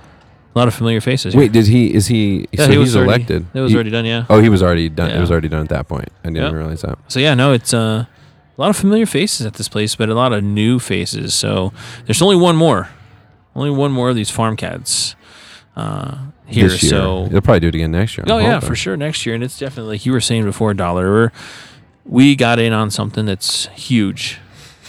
C: lot of familiar faces.
A: Wait, did he? Is he?
C: Yeah,
A: so
C: he was
A: he's
C: already-
A: elected.
C: It was
A: He-
C: already done, yeah.
A: Oh, he was already done. It
C: Yeah.
A: was already done at that point. I didn't
C: Yeah.
A: even realize that.
C: So yeah, no, it's uh, a lot of familiar faces at this place, but a lot of new faces. So there's only one more, only one more of these farm cats uh, here.
A: this year.
C: So
A: they'll probably do it again next year. I'm
C: oh yeah,
A: hoping.
C: for sure next year, and it's definitely like you were saying before, dollar. We're, we got in on something that's huge,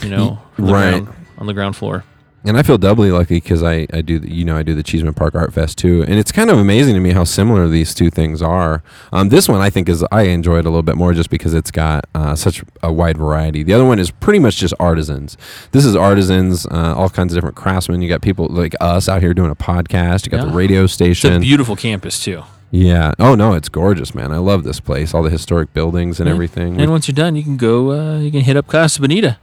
C: you know, on the
A: right.
C: ground- on the ground floor.
A: And I feel doubly lucky because I, I do the, you know I do the Cheeseman Park Art Fest too, and it's kind of amazing to me how similar these two things are. Um, this one I think is I enjoy it a little bit more just because it's got uh, such a wide variety. The other one is pretty much just artisans. This is artisans, uh, all kinds of different craftsmen. You got people like us out here doing a podcast. You got the
C: Yeah.
A: radio
C: It's a
A: station.
C: beautiful campus too.
A: yeah. Oh no, it's gorgeous, man. I love this place. All the historic buildings and
C: Yeah.
A: everything.
C: Mm-hmm. And once you're done, you can go. Uh, you can hit up Casa Bonita.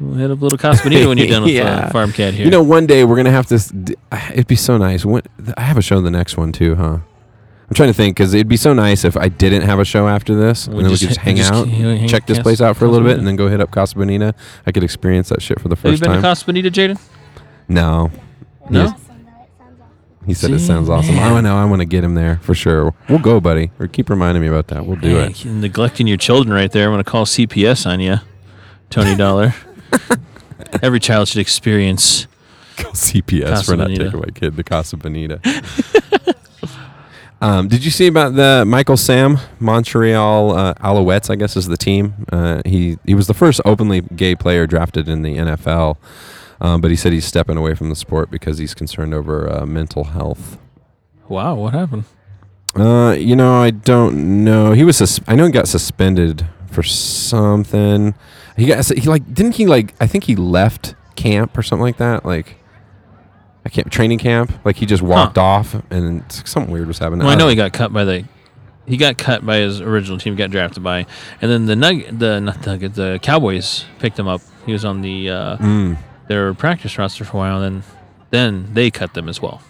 C: We'll hit up little Casa Bonita when you're done with
A: Yeah.
C: uh, Farm Cat here.
A: You know, one day we're gonna have to. s- d- It'd be so nice. When, th- I have a show the next one too, huh? I'm trying to think because it'd be so nice if I didn't have a show after this,
C: We
A: and then
C: just
A: we could just
C: hit-
A: hang
C: just
A: out,
C: hang- hang-
A: check this
C: Cas-
A: place out for a
C: Casa
A: little bit, and
C: Bonita.
A: then go hit up Casa Bonita. I could experience that shit for the
C: Have you
A: first
C: been to
A: time.
C: Casa Bonita, Jaden?
A: no,
C: No?
A: Yes. he said it
C: See,
A: sounds awesome. Oh,
C: man.
A: I want to. I want to get him there for sure. We'll go, buddy. Or keep reminding me about that. We'll do
C: Man,
A: it.
C: you're neglecting your children right there. I'm going to call CPS on you, Tony Dollar. Every child should experience.
A: Go CPS
C: Casa
A: for not
C: Bonita.
A: taking my kid to Casa Bonita. um, did you see about the Michael Sam Montreal uh, Alouettes? I guess is the team. Uh, he he was the first openly gay player drafted in the NFL, um, but he said he's stepping away from the sport because he's concerned over uh, mental health.
C: Wow, what happened?
A: Uh, you know, I don't know. He was. Sus- I know he got suspended for something. He got. He like didn't he like? I think he left camp or something like that. Like, I can't training camp. Like he just walked off, and s- something weird was happening. Uh,
C: Well, I know
A: don't-
C: he got cut by the. He got cut by his original team. Got drafted by, and then the nug the not nugget the Cowboys picked him up. He was on the uh,
A: Mm.
C: their practice roster for a while, and then then they cut them as well.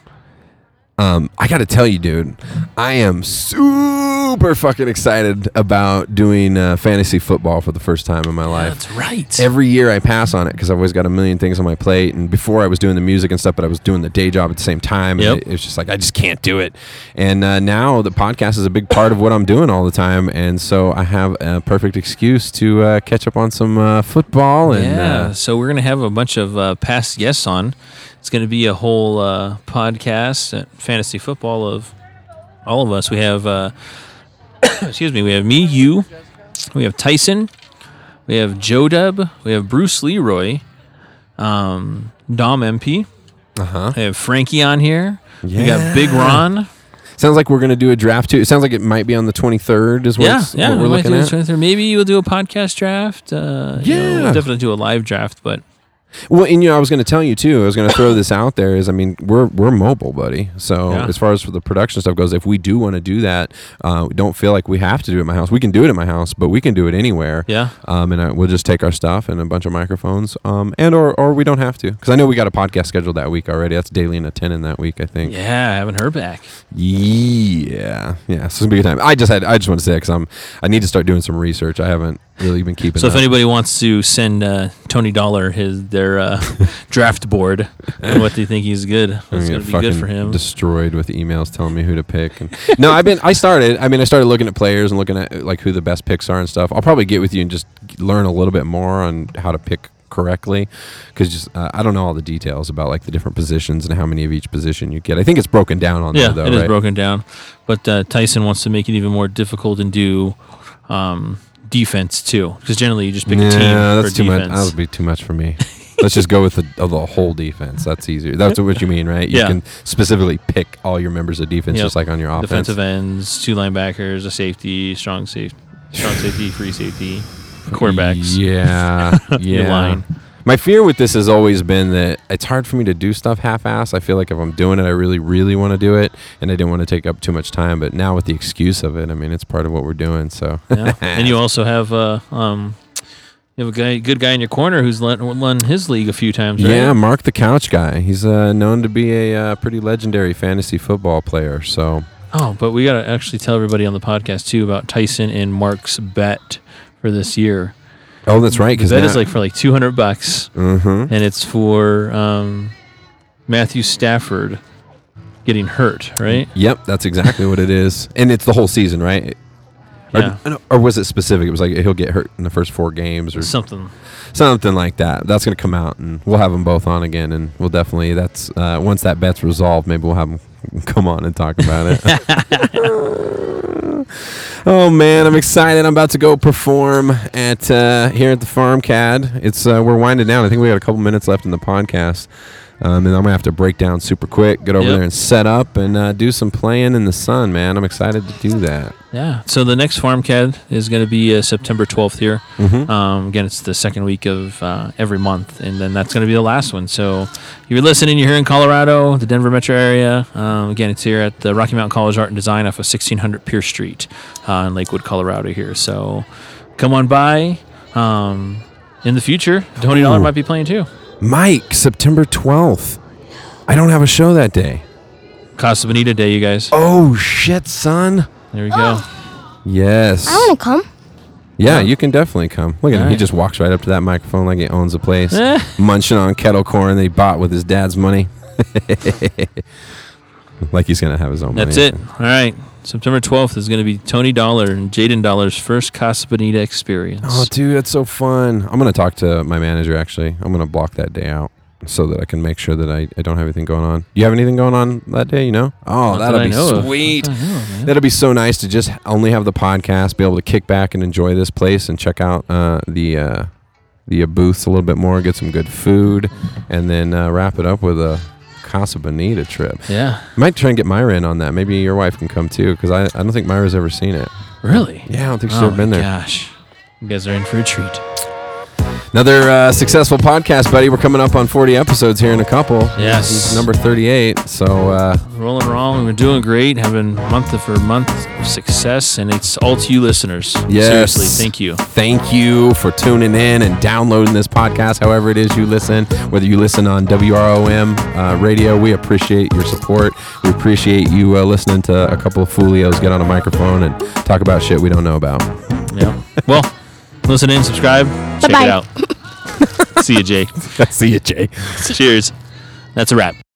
A: Um, I gotta tell you, dude, I am super fucking excited about doing uh, fantasy football for the first time in my life.
C: right.
A: Every year I pass on it because I've always got a million things on my plate. And before I was doing the music and stuff, but I was doing the day job at the same time. and
C: Yep.
A: it, it was just like, I just can't do it. And uh, now the podcast is a big part of what I'm doing all the time. And so I have a perfect excuse to uh, catch up on some uh, football. And,
C: yeah,
A: uh,
C: so we're gonna have a bunch of uh, past guests on. It's gonna be a whole uh, podcast, uh, fantasy football of all of us. We have, uh, excuse me, we have me, you, we have Tyson, we have Joe Dub, we have Bruce Leroy, um, Dom MP,
A: uh-huh.
C: we have Frankie on here. We got Big
A: Yeah.
C: Ron.
A: Sounds like we're going to do a draft too. It sounds like it might be on the 23rd, is what,
C: Yeah,
A: it's-
C: yeah.
A: what
C: we
A: we're
C: might
A: looking
C: do
A: at.
C: this right there. Maybe we'll do a podcast draft. Uh, you know, we'll
A: Yeah.
C: definitely do a live draft, but
A: Well, and you know, I was going to tell you too. I was going to throw this out there. Is I mean, we're we're mobile, buddy. So
C: Yeah.
A: as far as for the production stuff goes, if we do want to do that, uh, we don't feel like we have to do it at my house. We can do it at my house, but we can do it anywhere.
C: yeah.
A: Um, and I, we'll just take our stuff and a bunch of microphones. Um, and or or we don't have to because I know we got a podcast scheduled that week already. That's daily and a ten in that week, I think.
C: Yeah, I haven't heard back.
A: Yeah, yeah. So it's gonna be a good time. I just had I just want to say because I'm I need to start doing some research. I haven't really been keeping.
C: So if
A: up.
C: anybody wants to send uh, Tony Dollar his their uh, draft board and what they think he's good,
A: I'm
C: it's
A: gonna get
C: going to be good
A: fucking
C: for him.
A: Destroyed with emails telling me who to pick. And no, I've been. I started. I mean, I started looking at players and looking at like who the best picks are and stuff. I'll probably get with you and just learn a little bit more on how to pick correctly because just uh, I don't know all the details about like the different positions and how many of each position you get. I think it's broken down on
C: yeah,
A: there though.
C: it is
A: right?
C: broken down, but uh, Tyson wants to make it even more difficult and do um, defense too, because generally you just pick
A: yeah,
C: a team
A: that's
C: for
A: too much.
C: defense.
A: That'll be too much for me. Let's just go with the, of the whole defense. That's easier. That's what you mean, right? You
C: Yeah.
A: can specifically pick all your members of defense,
C: Yep.
A: just like on your offense.
C: Defensive ends, two linebackers, a safety, strong safety, strong safety, free safety, quarterbacks.
A: Yeah,
C: Your
A: yeah.
C: line.
A: My fear with this has always been that it's hard for me to do stuff half-ass. I feel like if I'm doing it, I really, really want to do it, and I didn't want to take up too much time. But now with the excuse of it, I mean, it's part of what we're doing. So
C: Yeah. and you also have uh, um, you have a guy, good guy in your corner who's led, won his league a few times. Right?
A: yeah, Mark the Couch guy. He's uh, known to be a uh, pretty legendary fantasy football player. So
C: Oh, but we got to actually tell everybody on the podcast too about Tyson and Mark's bet for this year.
A: oh, that's right,
C: The
A: because
C: bet is like for like 200 bucks
A: mm-hmm.
C: and it's for um, Matthew Stafford getting hurt, right?
A: Yep, that's exactly what it is, and it's the whole season, right? Or-
C: Yeah.
A: Or, was it specific? It was like he'll get hurt in the first four games, or
C: Something.
A: something like that. That's going to come out, and we'll have them both on again, and we'll definitely that's uh, once that bet's resolved, maybe we'll have them come on and talk about it. oh man, I'm excited! I'm about to go perform at uh, here at the Farm Cad. It's uh, we're winding down. I think we got a couple minutes left in the podcast. Um, and I'm gonna have to break down super quick, get over
C: Yep.
A: there and set up and uh, do some playing in the sun, man. I'm excited to do that.
C: Yeah. So the next FarmCAD is going to be uh, September 12th here.
A: Mm-hmm.
C: Um, again, it's the second week of uh, every month, and then that's going to be the last one. So, if you're listening, you're here in Colorado, the Denver metro area. Um, again, it's here at the Rocky Mountain College Art and Design off of 1600 Pierce Street uh, in Lakewood, Colorado. Here, so come on by. Um, in the future, Tony Dollar
A: Ooh.
C: might be playing too.
A: Mike, September 12th. I don't have a show that day.
C: Casa Bonita Day, you guys.
A: Oh, shit, son.
C: There we go.
A: Ah. Yes.
D: I want to come.
A: yeah, you can definitely come. Look at him. He
C: Alright.
A: just walks right up to that microphone like he owns the place,
C: Eh.
A: munching on kettle corn that he bought with his dad's money. like he's going to have his own
C: That's
A: money.
C: it. All right. September 12th is going to be Tony Dollar and Jaden Dollar's first Casa Bonita experience.
A: Oh, dude, that's so fun. I'm going to talk to my manager, actually. I'm going to block that day out so that I can make sure that I, I don't have anything going on. You have anything going on that day, you know? Oh,
C: Not that
A: that'll
C: I
A: be
C: know of.
A: sweet.
C: I know, man.
A: That'd be so nice to just only have the podcast, be able to kick back and enjoy this place and check out uh, the uh, the uh, booths a little bit more, get some good food, and then uh, wrap it up with a Casa Bonita trip.
C: Yeah.
A: Might try and get Myra in on that. Maybe your wife can come too, because I, I don't think Myra's ever seen it.
C: Really?
A: Yeah, I don't think she's
C: oh
A: ever been
C: my
A: there.
C: Gosh, you guys are in for a treat.
A: Another uh, successful podcast, buddy. We're coming up on 40 episodes here in a couple.
C: Yes.
A: This is number 38. So uh,
C: Rolling wrong. We're doing great. Having month after month of success, and it's all to you, listeners.
A: Yes.
C: Seriously, thank you.
A: thank you for tuning in and downloading this podcast, however it is you listen, whether you listen on WROM uh, radio. We appreciate your support. We appreciate you uh, listening to a couple of Fulios get on a microphone and talk about shit we don't know about.
C: Yeah. well, listen in, subscribe, check
D: Bye-bye.
C: it out. See you, Jake.
A: See you, Jay.
C: Cheers. That's a wrap.